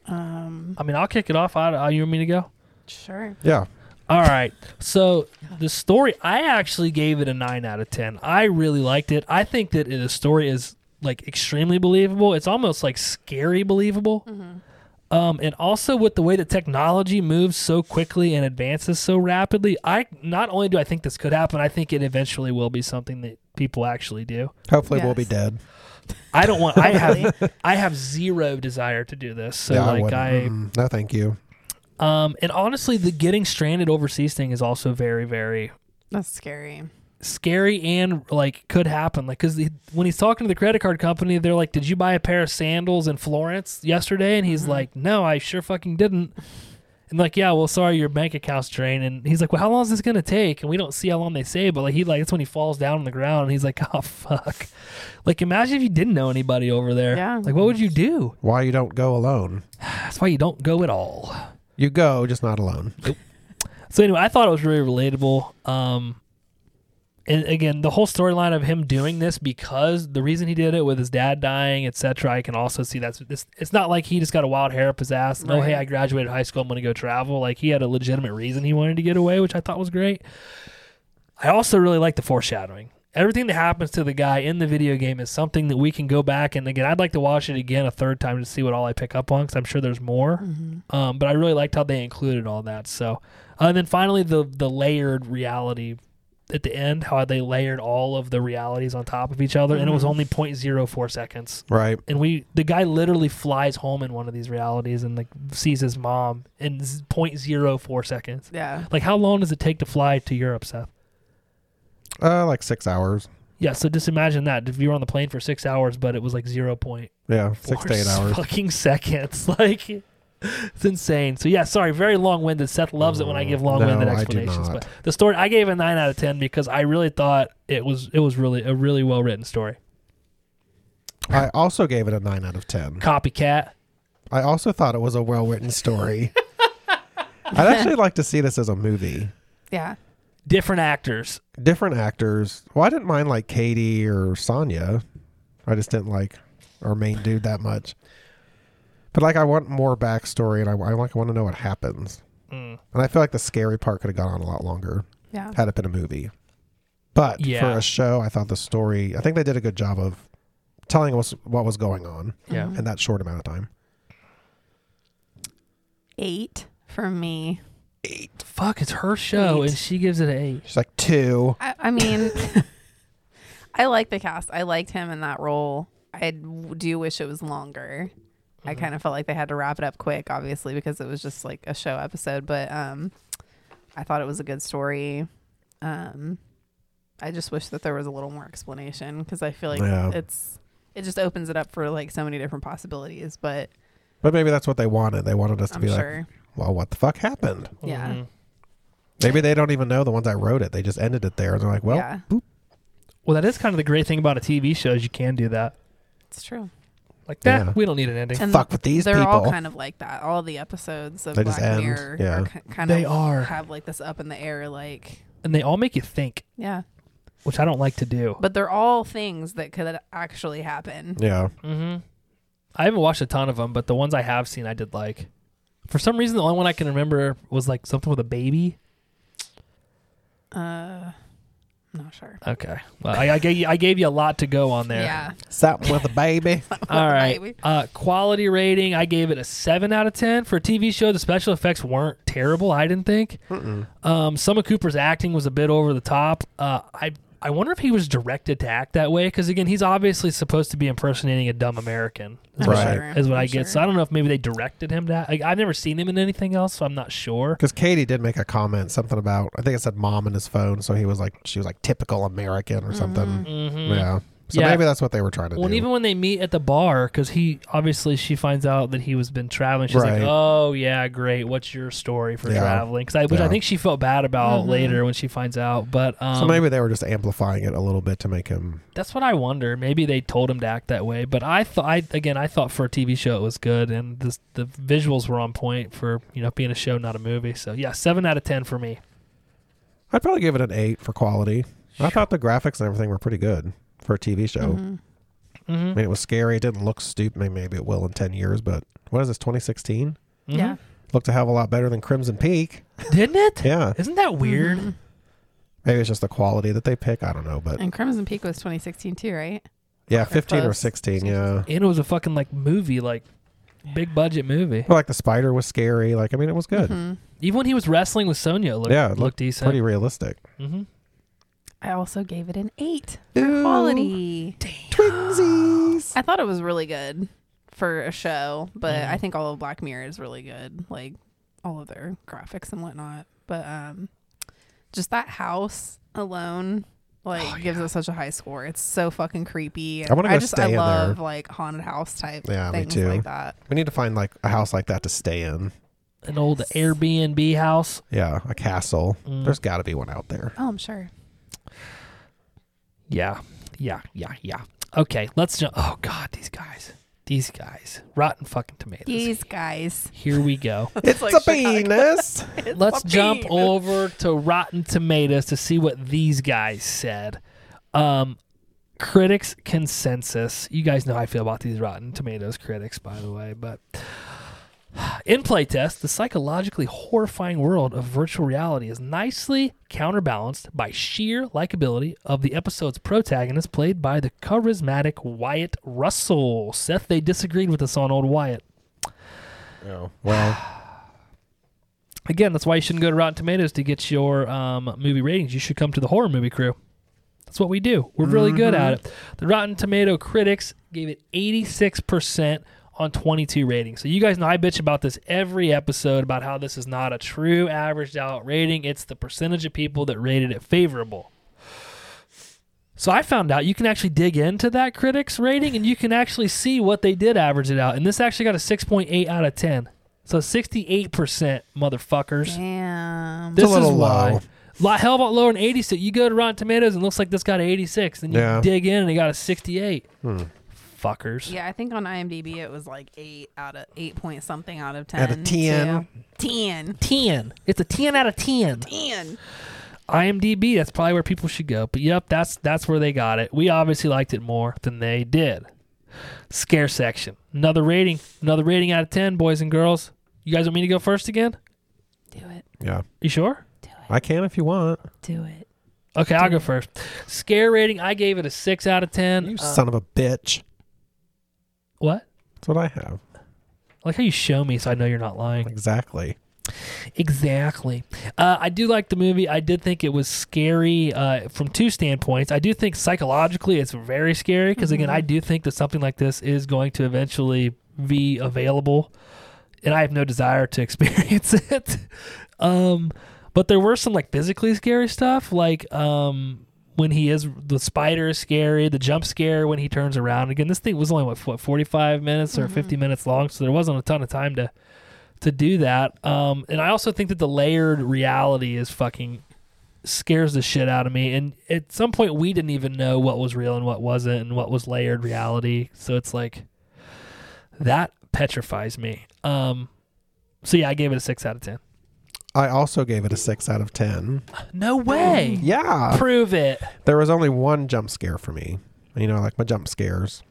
B: Um.
A: I mean, I'll kick it off. I, I, you want me to go?
B: Sure.
F: Yeah.
A: All right. So the story, I actually gave it a nine out of ten. I really liked it. I think that the story is like extremely believable. It's almost like scary believable. Um, and also with the way that technology moves so quickly and advances so rapidly, I not only do I think this could happen, I think it eventually will be something that people actually do.
F: Hopefully we'll be
B: Yes.
F: dead.
A: I don't want. I have. I have zero desire to do this. So
F: yeah,
A: like
F: wouldn't. Mm-hmm.
A: I.
F: Mm, no, thank you.
A: Um, and honestly, the getting stranded overseas thing is also very, very
B: That's scary.
A: scary and like could happen like because when he's talking to the credit card company they're like did you buy a pair of sandals in florence yesterday and he's like no i sure fucking didn't and like yeah well sorry your bank account's drained and he's like well how long is this gonna take and we don't see how long they say but like he like that's when he falls down on the ground and he's like oh fuck like imagine if you didn't know anybody over there
B: Yeah.
A: like what would you do
F: Why you don't go alone?
A: that's why you don't go at all
F: You go, just not alone.
A: So anyway, I thought it was really relatable. Um, and again, the whole storyline of him doing this because the reason he did it with his dad dying, etc. I can also see that's it's, it's not like he just got a wild hair up his ass. and, Oh, hey,
B: Right.
A: I graduated high school. I'm going to go travel. Like he had a legitimate reason he wanted to get away, which I thought was great. I also really like the foreshadowing. Everything that happens to the guy in the video game is something that we can go back and again. I'd like to watch it again a third time to see what all I pick up on because I'm sure there's more. Um, but I really liked how they included all that. So, uh, and then finally the the layered reality at the end, how they layered all of the realities on top of each other, and it was only 0.04 seconds.
F: Right.
A: And we the guy literally flies home in one of these realities and like sees his mom in z- 0.04 seconds.
B: Yeah.
A: Like how long does it take to fly to Europe, Seth?
F: Uh, like six hours.
A: Yeah, so just imagine that if you were on the plane for six hours, but it was like zero point
F: Yeah, six to eight hours.
A: fucking seconds. Like it's insane. So yeah, sorry, very long-winded. Seth loves it when I give long-winded
F: Mm, No, I do
A: explanations.
F: not.
A: But the story, I gave a nine out of ten because I really thought it was it was really a really well-written story.
F: I also gave it a nine out of ten.
A: Copycat.
F: I also thought it was a well written story. I'd actually like to see this as a movie.
B: Yeah.
A: Different actors.
F: Different actors. Well, I didn't mind like Katie or Sonya. I just didn't like our main dude that much. But like, I want more backstory, and I, I like I want to know what happens. And I feel like the scary part could have gone on a lot longer
B: Yeah.
F: had it been a movie. But
A: Yeah.
F: for a show, I thought the story. I think they did a good job of telling us what was going on
A: Yeah.
F: in that short amount of time.
B: eight for me.
A: Fuck, it's her show,
B: Eight.
A: and she gives it an eight.
F: She's like two.
B: I, I mean, I like the cast. I liked him in that role. I d- do wish it was longer. I
F: Mm-hmm.
B: kind of felt like they had to wrap it up quick, obviously, because it was just like a show episode. But um, I thought it was a good story. Um, I just wish that there was a little more explanation because I feel like
F: Yeah.
B: it's it just opens it up for like so many different possibilities. But
F: But maybe that's what they wanted. They wanted us to
B: I'm
F: be like,
B: sure,
F: well, what the fuck happened?
B: yeah,
A: Mm-hmm.
F: Maybe they don't even know the ones that wrote it. They just ended it there. And they're like, well,
B: yeah,
A: Well, that is kind of the great thing about a TV show is you can do that.
B: it's true.
A: Like that,
F: Yeah.
A: we don't need an ending.
B: And
F: fuck with these
B: they're
F: people.
B: all kind of like that. All the episodes of
F: They
B: Black
F: just end,
B: Mirror
F: yeah.
B: are ki- kind
A: They
B: of
A: are.
B: have like this up in the air, like
A: And they all make you think,
B: yeah.
A: which I don't like to do.
B: But they're all things that could actually happen.
F: yeah.
A: Mm-hmm. I haven't watched a ton of them, but the ones I have seen, I did like. For some reason, the only one I can remember was like something with a baby.
B: Uh, I'm not sure.
A: Okay, well, I, I gave you, I gave you a lot to go on there.
B: Yeah,
F: Something with a baby.
A: All right.
B: Maybe.
A: Uh, quality rating, I gave it a seven out of ten for a TV show. The special effects weren't terrible, I didn't think. Um, Summer Cooper's acting was a bit over the top. Uh, I I wonder if he was directed to act that way because again, he's obviously supposed to be impersonating a dumb American. Is what,
F: Right.
B: sure.
A: is what
B: I'm
A: I get. So
B: sure.
A: I don't know if maybe they directed him to. Like, I've never seen him in anything else, so I'm not sure.
F: Because Katie did make a comment, something about, I think it said mom in his phone. So he was like, she was like typical American or something.
B: Mm-hmm.
F: Yeah. So
A: Mm-hmm. Yeah.
F: maybe that's what they were trying to
A: Well, and
F: do.
A: even when they meet at the bar, because he obviously she finds out that he was been traveling. She's
F: Right.
A: like, "Oh yeah, great. What's your story for
F: Yeah.
A: traveling?" 'Cause I, which I
F: Yeah.
A: think she felt bad about later when she finds out. But um,
F: so maybe they were just amplifying it a little bit to make him.
A: that's what I wonder. Maybe they told him to act that way. But I thought, I again, I thought for a TV show it was good, and this, the visuals were on point for you know being a show, not a movie. So yeah, seven out of ten for me.
F: I'd probably give it an eight for quality. I thought the graphics and everything were pretty good for a TV show. I
B: Mm-hmm.
A: Mm-hmm.
F: mean, it was scary. It didn't look stupid. Maybe, maybe it will in 10 years, but what is this, 2016?
B: Yeah.
F: Looked a hell of a lot better than Crimson Peak.
A: didn't it?
F: Yeah.
A: Isn't that weird?
F: Maybe it's just the quality that they pick. I don't know, but
B: And Crimson Peak was 2016 too, right?
F: yeah, 15 or
B: close.
F: 16. Yeah.
A: And it was a fucking like movie, like big budget movie.
F: But like the spider was scary. Like, I mean, it was good.
B: Mhm.
A: Even when he was wrestling with Sonya, it looked,
F: Yeah, it
A: looked,
F: looked
A: decent.
F: Pretty realistic.
A: mm-hmm.
B: I also gave it an eight for quality.
F: Twinsies.
B: I thought it was really good for a show, but
F: Mm-hmm.
B: I think all of Black Mirror is really good, like all of their graphics and whatnot. But um, just that house alone, like, gives it such a high score. It's so fucking creepy. And
F: Oh, I wanna go
B: just
F: stay
B: I
F: in
B: love
F: there.
B: like haunted house type
F: Yeah, me
B: things
F: too.
B: like that.
F: We need to find like a house like that to stay in.
A: An old Airbnb house.
F: Yeah, a castle.
B: Mm.
F: There's got to be one out there.
B: Oh, I'm sure.
A: Yeah, yeah, yeah, yeah. Okay, let's jump. Oh God, these guys, these guys, rotten fucking tomatoes.
B: These guys.
A: Here we go.
F: It's,
B: like
F: a
B: Chicago.
F: penis.
A: let's jump
B: Fucking-
A: over to Rotten Tomatoes to see what these guys said. Um, critics consensus. You guys know how I feel about these Rotten Tomatoes critics, by the way. But in playtest, the psychologically horrifying world of virtual reality is nicely counterbalanced by sheer likability of the episode's protagonist, played by the charismatic Wyatt Russell. Seth, they disagreed with us on old Wyatt.
F: oh, well,
A: Again, that's why you shouldn't go to Rotten Tomatoes to get your um, movie ratings. You should come to the horror movie crew. That's what we do. We're really good at it. The Rotten Tomato critics gave it 86% on 22 ratings. So you guys know I bitch about this every episode about how this is not a true averaged out rating. It's the percentage of people that rated it favorable. So I found out you can actually dig into that critics rating and you can actually see what they did average it out. And this actually got a 6.8 out of 10. So 68% motherfuckers.
B: Damn.
A: This
F: a little
A: is
F: low.
A: why. Lot hell about lower than 86. You go to Rotten Tomatoes and it looks like this got an 86. Then you
F: Yeah. Hmm.
A: dig in and it got a 68. Fuckers.
B: Yeah, I think on IMDb it was like eight out of eight point something out of ten.
F: Out of 10.
B: too. Ten.
A: 10. It's a 10 out of 10.
B: Ten.
A: IMDb, that's probably where people should go. But yep, that's that's where they got it. We obviously liked it more than they did. Scare section. Another rating. Another rating out of 10, boys and girls. You guys want me to go first again?
B: Do it.
F: yeah.
A: You sure?
F: I can if you want.
B: Do it.
A: Okay, I'll go first. Scare rating, I gave it a 6 out of 10.
F: You
A: Uh,
F: son of a bitch.
A: what?
F: That's what I have.
A: I like how you show me so I know you're not lying.
F: Exactly.
A: Exactly. Uh, I do like the movie. I did think it was scary uh, from two standpoints. I do think psychologically it's very scary because, again, I do think that something like this is going to eventually be available, and I have no desire to experience it. um, but there were some like physically scary stuff, like um, when he is the spider is scary, the jump scare when he turns around. Again, this thing was only what, what 45 minutes or 50 minutes long, so there wasn't a ton of time to to do that. Um, and I also think that the layered reality is fucking scares the shit out of me. And at some point, we didn't even know what was real and what wasn't, and what was layered reality. So it's like that petrifies me. Um, so yeah, I gave it a six out of ten.
F: I also gave it a six out of ten.
A: No way.
F: Yeah,
A: Prove it.
F: there was only one jump scare for me. You know, like my jump scares.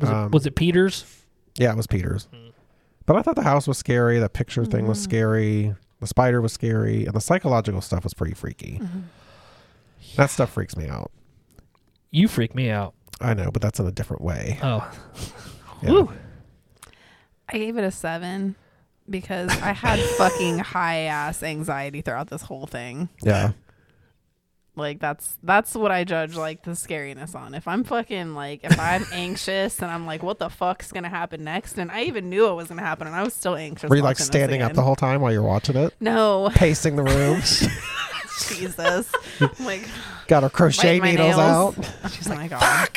A: Was,
F: Um,
A: it. Was it Peter's?
F: Yeah, it was Peter's. But I thought the house was scary. The picture thing
B: Hmm.
F: was scary. The spider was scary, and the psychological stuff was pretty freaky.
B: Mm-hmm.
F: That stuff freaks me out.
A: You freak me out.
F: I know, but that's in a different way.
A: Oh,
F: Yeah.
A: Woo.
B: I gave it a seven because I had fucking high ass anxiety throughout this whole thing.
F: Yeah.
B: Like that's that's what I judge like the scariness on. If I'm fucking like if I'm anxious and I'm like, what the fuck's gonna happen next? And I even knew it was gonna happen, and I was still anxious.
F: Were you like
B: watching this
F: standing up
B: again.
F: the whole time while you're watching it?
B: No,
F: Pacing the room.
B: Jesus. I'm like,
F: Got her crochet
B: Bite my
F: needles
B: nails.
F: out.
B: she's oh my god.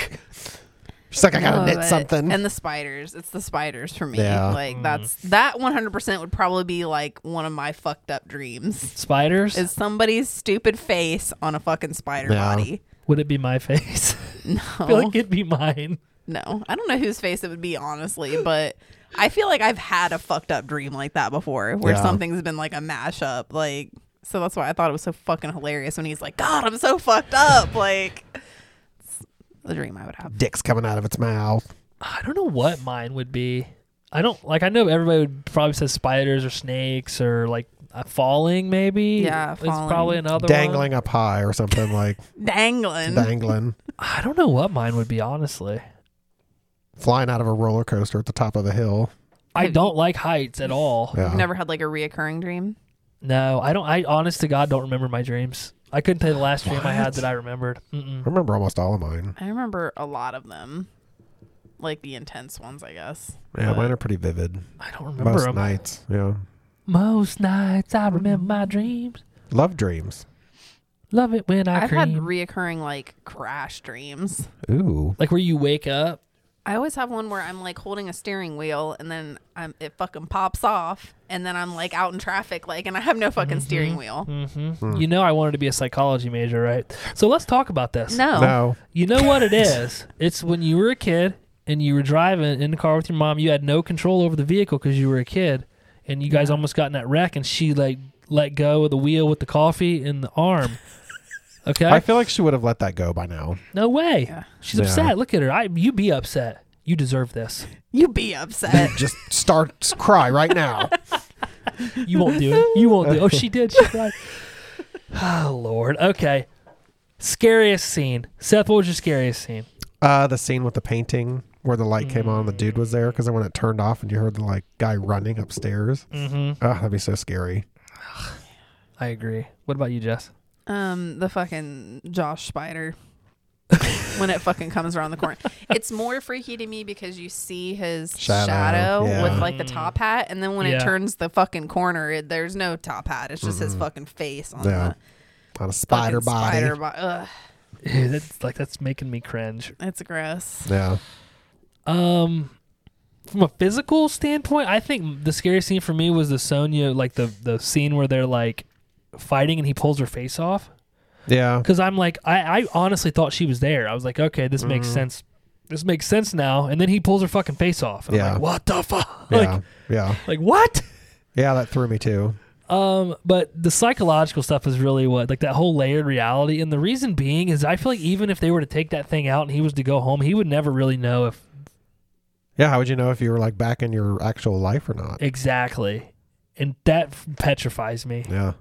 F: She's like, I gotta
B: No,
F: knit
B: but-
F: something.
B: And the spiders. It's the spiders for me.
F: Yeah.
B: Like that's that 100% would probably be like one of my fucked up dreams.
A: spiders?
B: Is somebody's stupid face on a fucking spider
F: Yeah.
B: body?
A: Would it be my face?
B: No.
A: I
F: Oh.
A: feel like it'd be mine.
B: no. I don't know whose face it would be honestly, but I feel like I've had a fucked up dream like that before where
F: Yeah.
B: something's been like a mashup like so that's why I thought it was so fucking hilarious when he's like, "God, I'm so fucked up." Like it's a dream I would have.
F: Dick's coming out of its mouth.
A: I don't know what mine would be. I don't like. I know everybody would probably say spiders or snakes or like uh, falling. Maybe
B: Yeah,
A: it's
B: falling.
A: probably another
F: Dangling
A: One.
F: up high or something like
B: Dangling.
F: dangling.
A: I don't know what mine would be honestly.
F: Flying out of a roller coaster at the top of the hill.
A: I don't like heights at all.
F: Yeah.
B: You've never had like a reoccurring dream?
A: No, I don't. I honest to God don't remember my dreams. I couldn't tell you the last dream I had that I remembered.
F: I
A: Mm-mm.
F: remember almost all of mine.
B: I remember a lot of them, like the intense ones, I guess.
F: Yeah,
B: But
F: mine are pretty vivid.
A: I don't remember
F: Most
A: 'em.
F: nights. Yeah.
A: Most nights I remember my dreams.
F: Love dreams.
A: Love it when I
B: I've
A: cream.
B: had reoccurring like crash dreams.
F: Ooh.
A: like where you wake up.
B: I always have one where I'm like holding a steering wheel and then I'm, it fucking pops off and then I'm like out in traffic like and I have no fucking steering wheel.
A: hmm?
F: Hmm.
A: You know I wanted to be a psychology major, right? So let's talk about this.
B: No.
F: No.
A: You know what it is? It's when you were a kid and you were driving in the car with your mom. You had no control over the vehicle because you were a kid, and you guys almost got in that wreck. And she like let go of the wheel with the coffee in the arm. Okay,
F: I feel like she would have let that go by now.
A: no way. She's
F: Yeah.
A: upset. Look at her. I you be upset. You deserve this.
B: You be upset.
F: Just start to cry right now.
A: You won't do it. You won't do. It. Oh, she did. She cried. Oh Lord. Okay. Scariest scene. Seth, what was your scariest scene?
F: Uh, the scene with the painting where the light came on, the dude was there because then when it turned off and you heard the like guy running upstairs. Mm-hmm. Oh, that'd be so scary.
A: I agree. What about you, Jess?
B: Um, the fucking Josh spider. when it fucking comes around the corner, it's more freaky to me because you see his
F: Shadow,
B: shadow,
F: yeah.
B: with like the top hat, and then when
A: Yeah.
B: it turns the fucking corner, it, there's no top hat. It's just his fucking face on
F: Yeah.
B: the
F: On a
B: fucking
F: spider body.
B: Spider bo- Ugh,
A: Ew, that's like that's making me cringe.
B: it's gross.
F: Yeah.
A: Um, from a physical standpoint, I think the scariest scene for me was the Sonya, like the the scene where they're like fighting and he pulls her face off.
F: Yeah.
A: Because I'm like, I, I honestly thought she was there. I was like, okay, this makes
F: Mm-hmm.
A: sense. This makes sense now. And then he pulls her fucking face off. And
F: Yeah.
A: I'm like, what the fuck?
F: Yeah.
A: Like,
F: yeah.
A: like what?
F: Yeah, that threw me too.
A: Um, but the psychological stuff is really what, like that whole layered reality. And the reason being is I feel like even if they were to take that thing out and he was to go home, he would never really know if
F: Yeah, how would you know if you were like back in your actual life or not?
A: Exactly. And that f- petrifies me.
F: Yeah.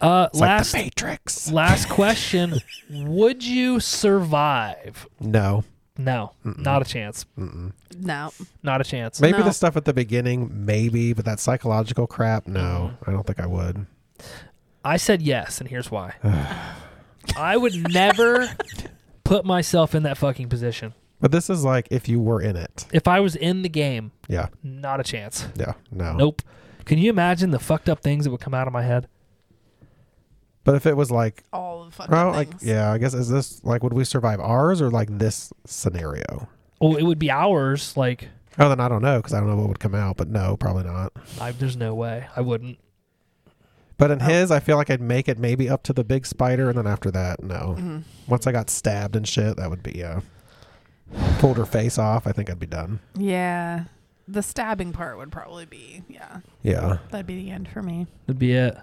A: Uh,
F: It's
A: last
F: like the Matrix.
A: last question: Would you survive
F: No.
A: No, not a chance.
B: No.
A: Not a chance.
F: Maybe
B: No.
F: the stuff at the beginning, maybe, but that psychological crap, no, I don't think I would.
A: I said yes, and here's why. I would never put myself in that fucking position.
F: But this is like if you were in it.
A: If I was in the game,
F: Yeah,
A: not a chance.
F: yeah, no.
A: Nope. Can you imagine the fucked up things that would come out of my head?
F: But if it was like,
B: All the fucking
F: well, like,
B: things.
F: yeah, I guess is this like would we survive ours or like this scenario?
A: Oh, it would be hours. Like,
F: Oh, then I don't know because I don't know what would come out. But no, probably not.
A: I, there's no way. I wouldn't.
F: But in his, I feel like I'd make it maybe up to the big spider, and then after that, no. Once I got stabbed and shit, that would be yeah. Pulled her face off. I think I'd be done.
B: Yeah. The stabbing part would probably be, yeah.
F: Yeah.
B: That'd be the end for me.
A: That'd be it.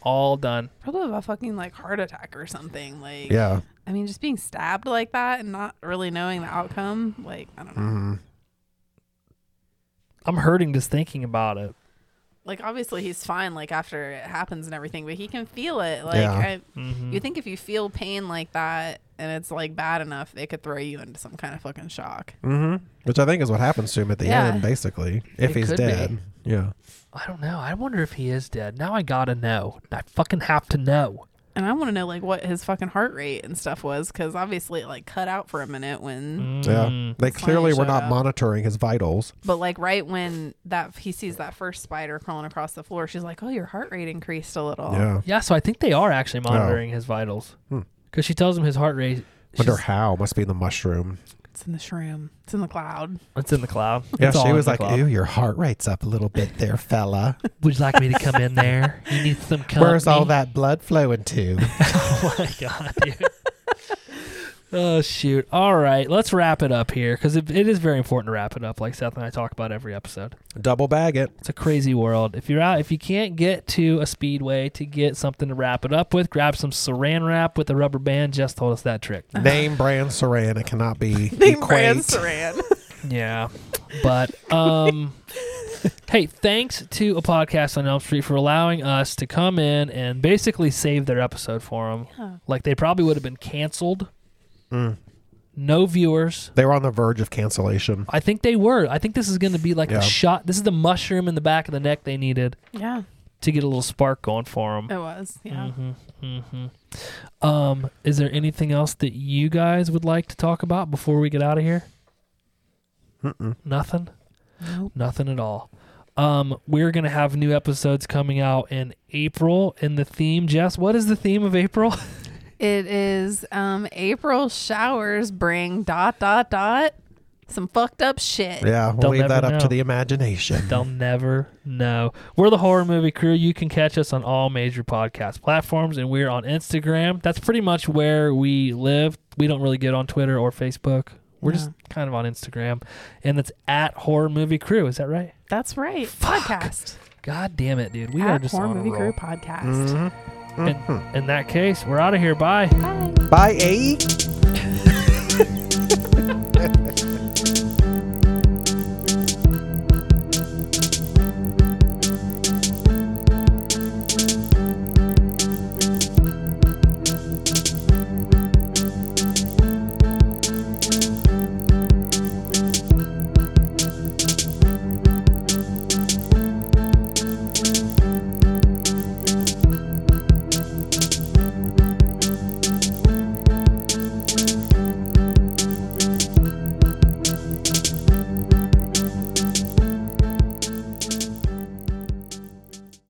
A: All done.
B: Probably have a fucking like heart attack or something. Like,
F: Yeah.
B: I mean, just being stabbed like that and not really knowing the outcome. Like, I don't know.
F: Mm-hmm.
A: I'm hurting just thinking about it.
B: Like, obviously he's fine. Like after it happens and everything, but he can feel it. Like,
F: Yeah.
B: I, you think if you feel pain like that and it's like bad enough, they could throw you into some kind of fucking shock.
F: Mm-hmm. Which I think is what happens to him at the
B: Yeah.
F: end, basically, if
A: It
F: he's
A: could be.
F: dead. Yeah.
A: I don't know. I wonder if he is dead. Now I gotta know. I fucking have to know.
B: And I want to know like what his fucking heart rate and stuff was because obviously it like cut out for a minute when.
A: Mm-hmm.
F: Yeah. They
B: That's why
F: clearly
B: he
F: were
B: showed
F: not
B: up.
F: monitoring his vitals.
B: But like right when that he sees that first spider crawling across the floor, she's like, "Oh, your heart rate increased a little."
F: Yeah.
A: Yeah, so I think they are actually
F: Oh.
A: monitoring his vitals
F: Hmm.
A: because she tells him his heart rate.
F: Wonder
A: she's-
F: how. Must be the mushroom.
B: It's in the shroom. It's in the cloud.
A: It's in the cloud.
F: Yeah,
A: It's all
F: she
A: in
F: was
A: the
F: like,
A: cloud.
F: "Ew, your heart rate's up a little bit there, fella.
A: "Would you like me to come in there? You need some company."
F: Where's all that blood flowing to?"
A: Oh my god, dude. oh shoot. All right, let's wrap it up here because it, it is very important to wrap it up. Like Seth and I talk about every episode.
F: Double bag it.
A: It's a crazy world. If you're out, if you can't get to a speedway to get something to wrap it up with, grab some Saran wrap with a rubber band. Just told us that trick.
F: Name brand Saran. It cannot be
B: Name brand
F: equate.
B: Saran.
A: Yeah. But um hey, thanks to a podcast on Elm Street for allowing us to come in and basically save their episode for them. Like they probably would have been canceled. No viewers.
F: Mm. They were on the verge of cancellation.
A: I think they were. I think this is going to be like
F: Yeah.
A: a shot. This is the mushroom in the back of the neck they needed
B: yeah,
A: to get a little spark going for them.
B: it was. Yeah.
A: Mm-hmm. Um, is there anything else that you guys would like to talk about before we get out of here? Nothing.
B: Nope.
A: Nothing at all. Um, we're gonna have new episodes coming out in April. And the theme, Jess, what is the theme of April?
B: It is um, April showers bring dot dot dot some fucked up shit.
F: Yeah, we'll
A: They'll
F: leave that
A: never
F: up
A: know.
F: to the imagination.
A: They'll never know. We're the horror movie crew. You can catch us on all major podcast platforms, and we're on Instagram. That's pretty much where we live. We don't really get on Twitter or Facebook. We're just kind of on Instagram, and that's at horror movie crew. Is that right?
B: That's right. Podcast.
A: God damn it, dude. We are
B: At
A: just
B: Horror
A: on
B: Movie
A: a
B: Crew
A: roll.
B: Podcast.
A: In, in that case, we're out of here. Bye.
F: Bye, A.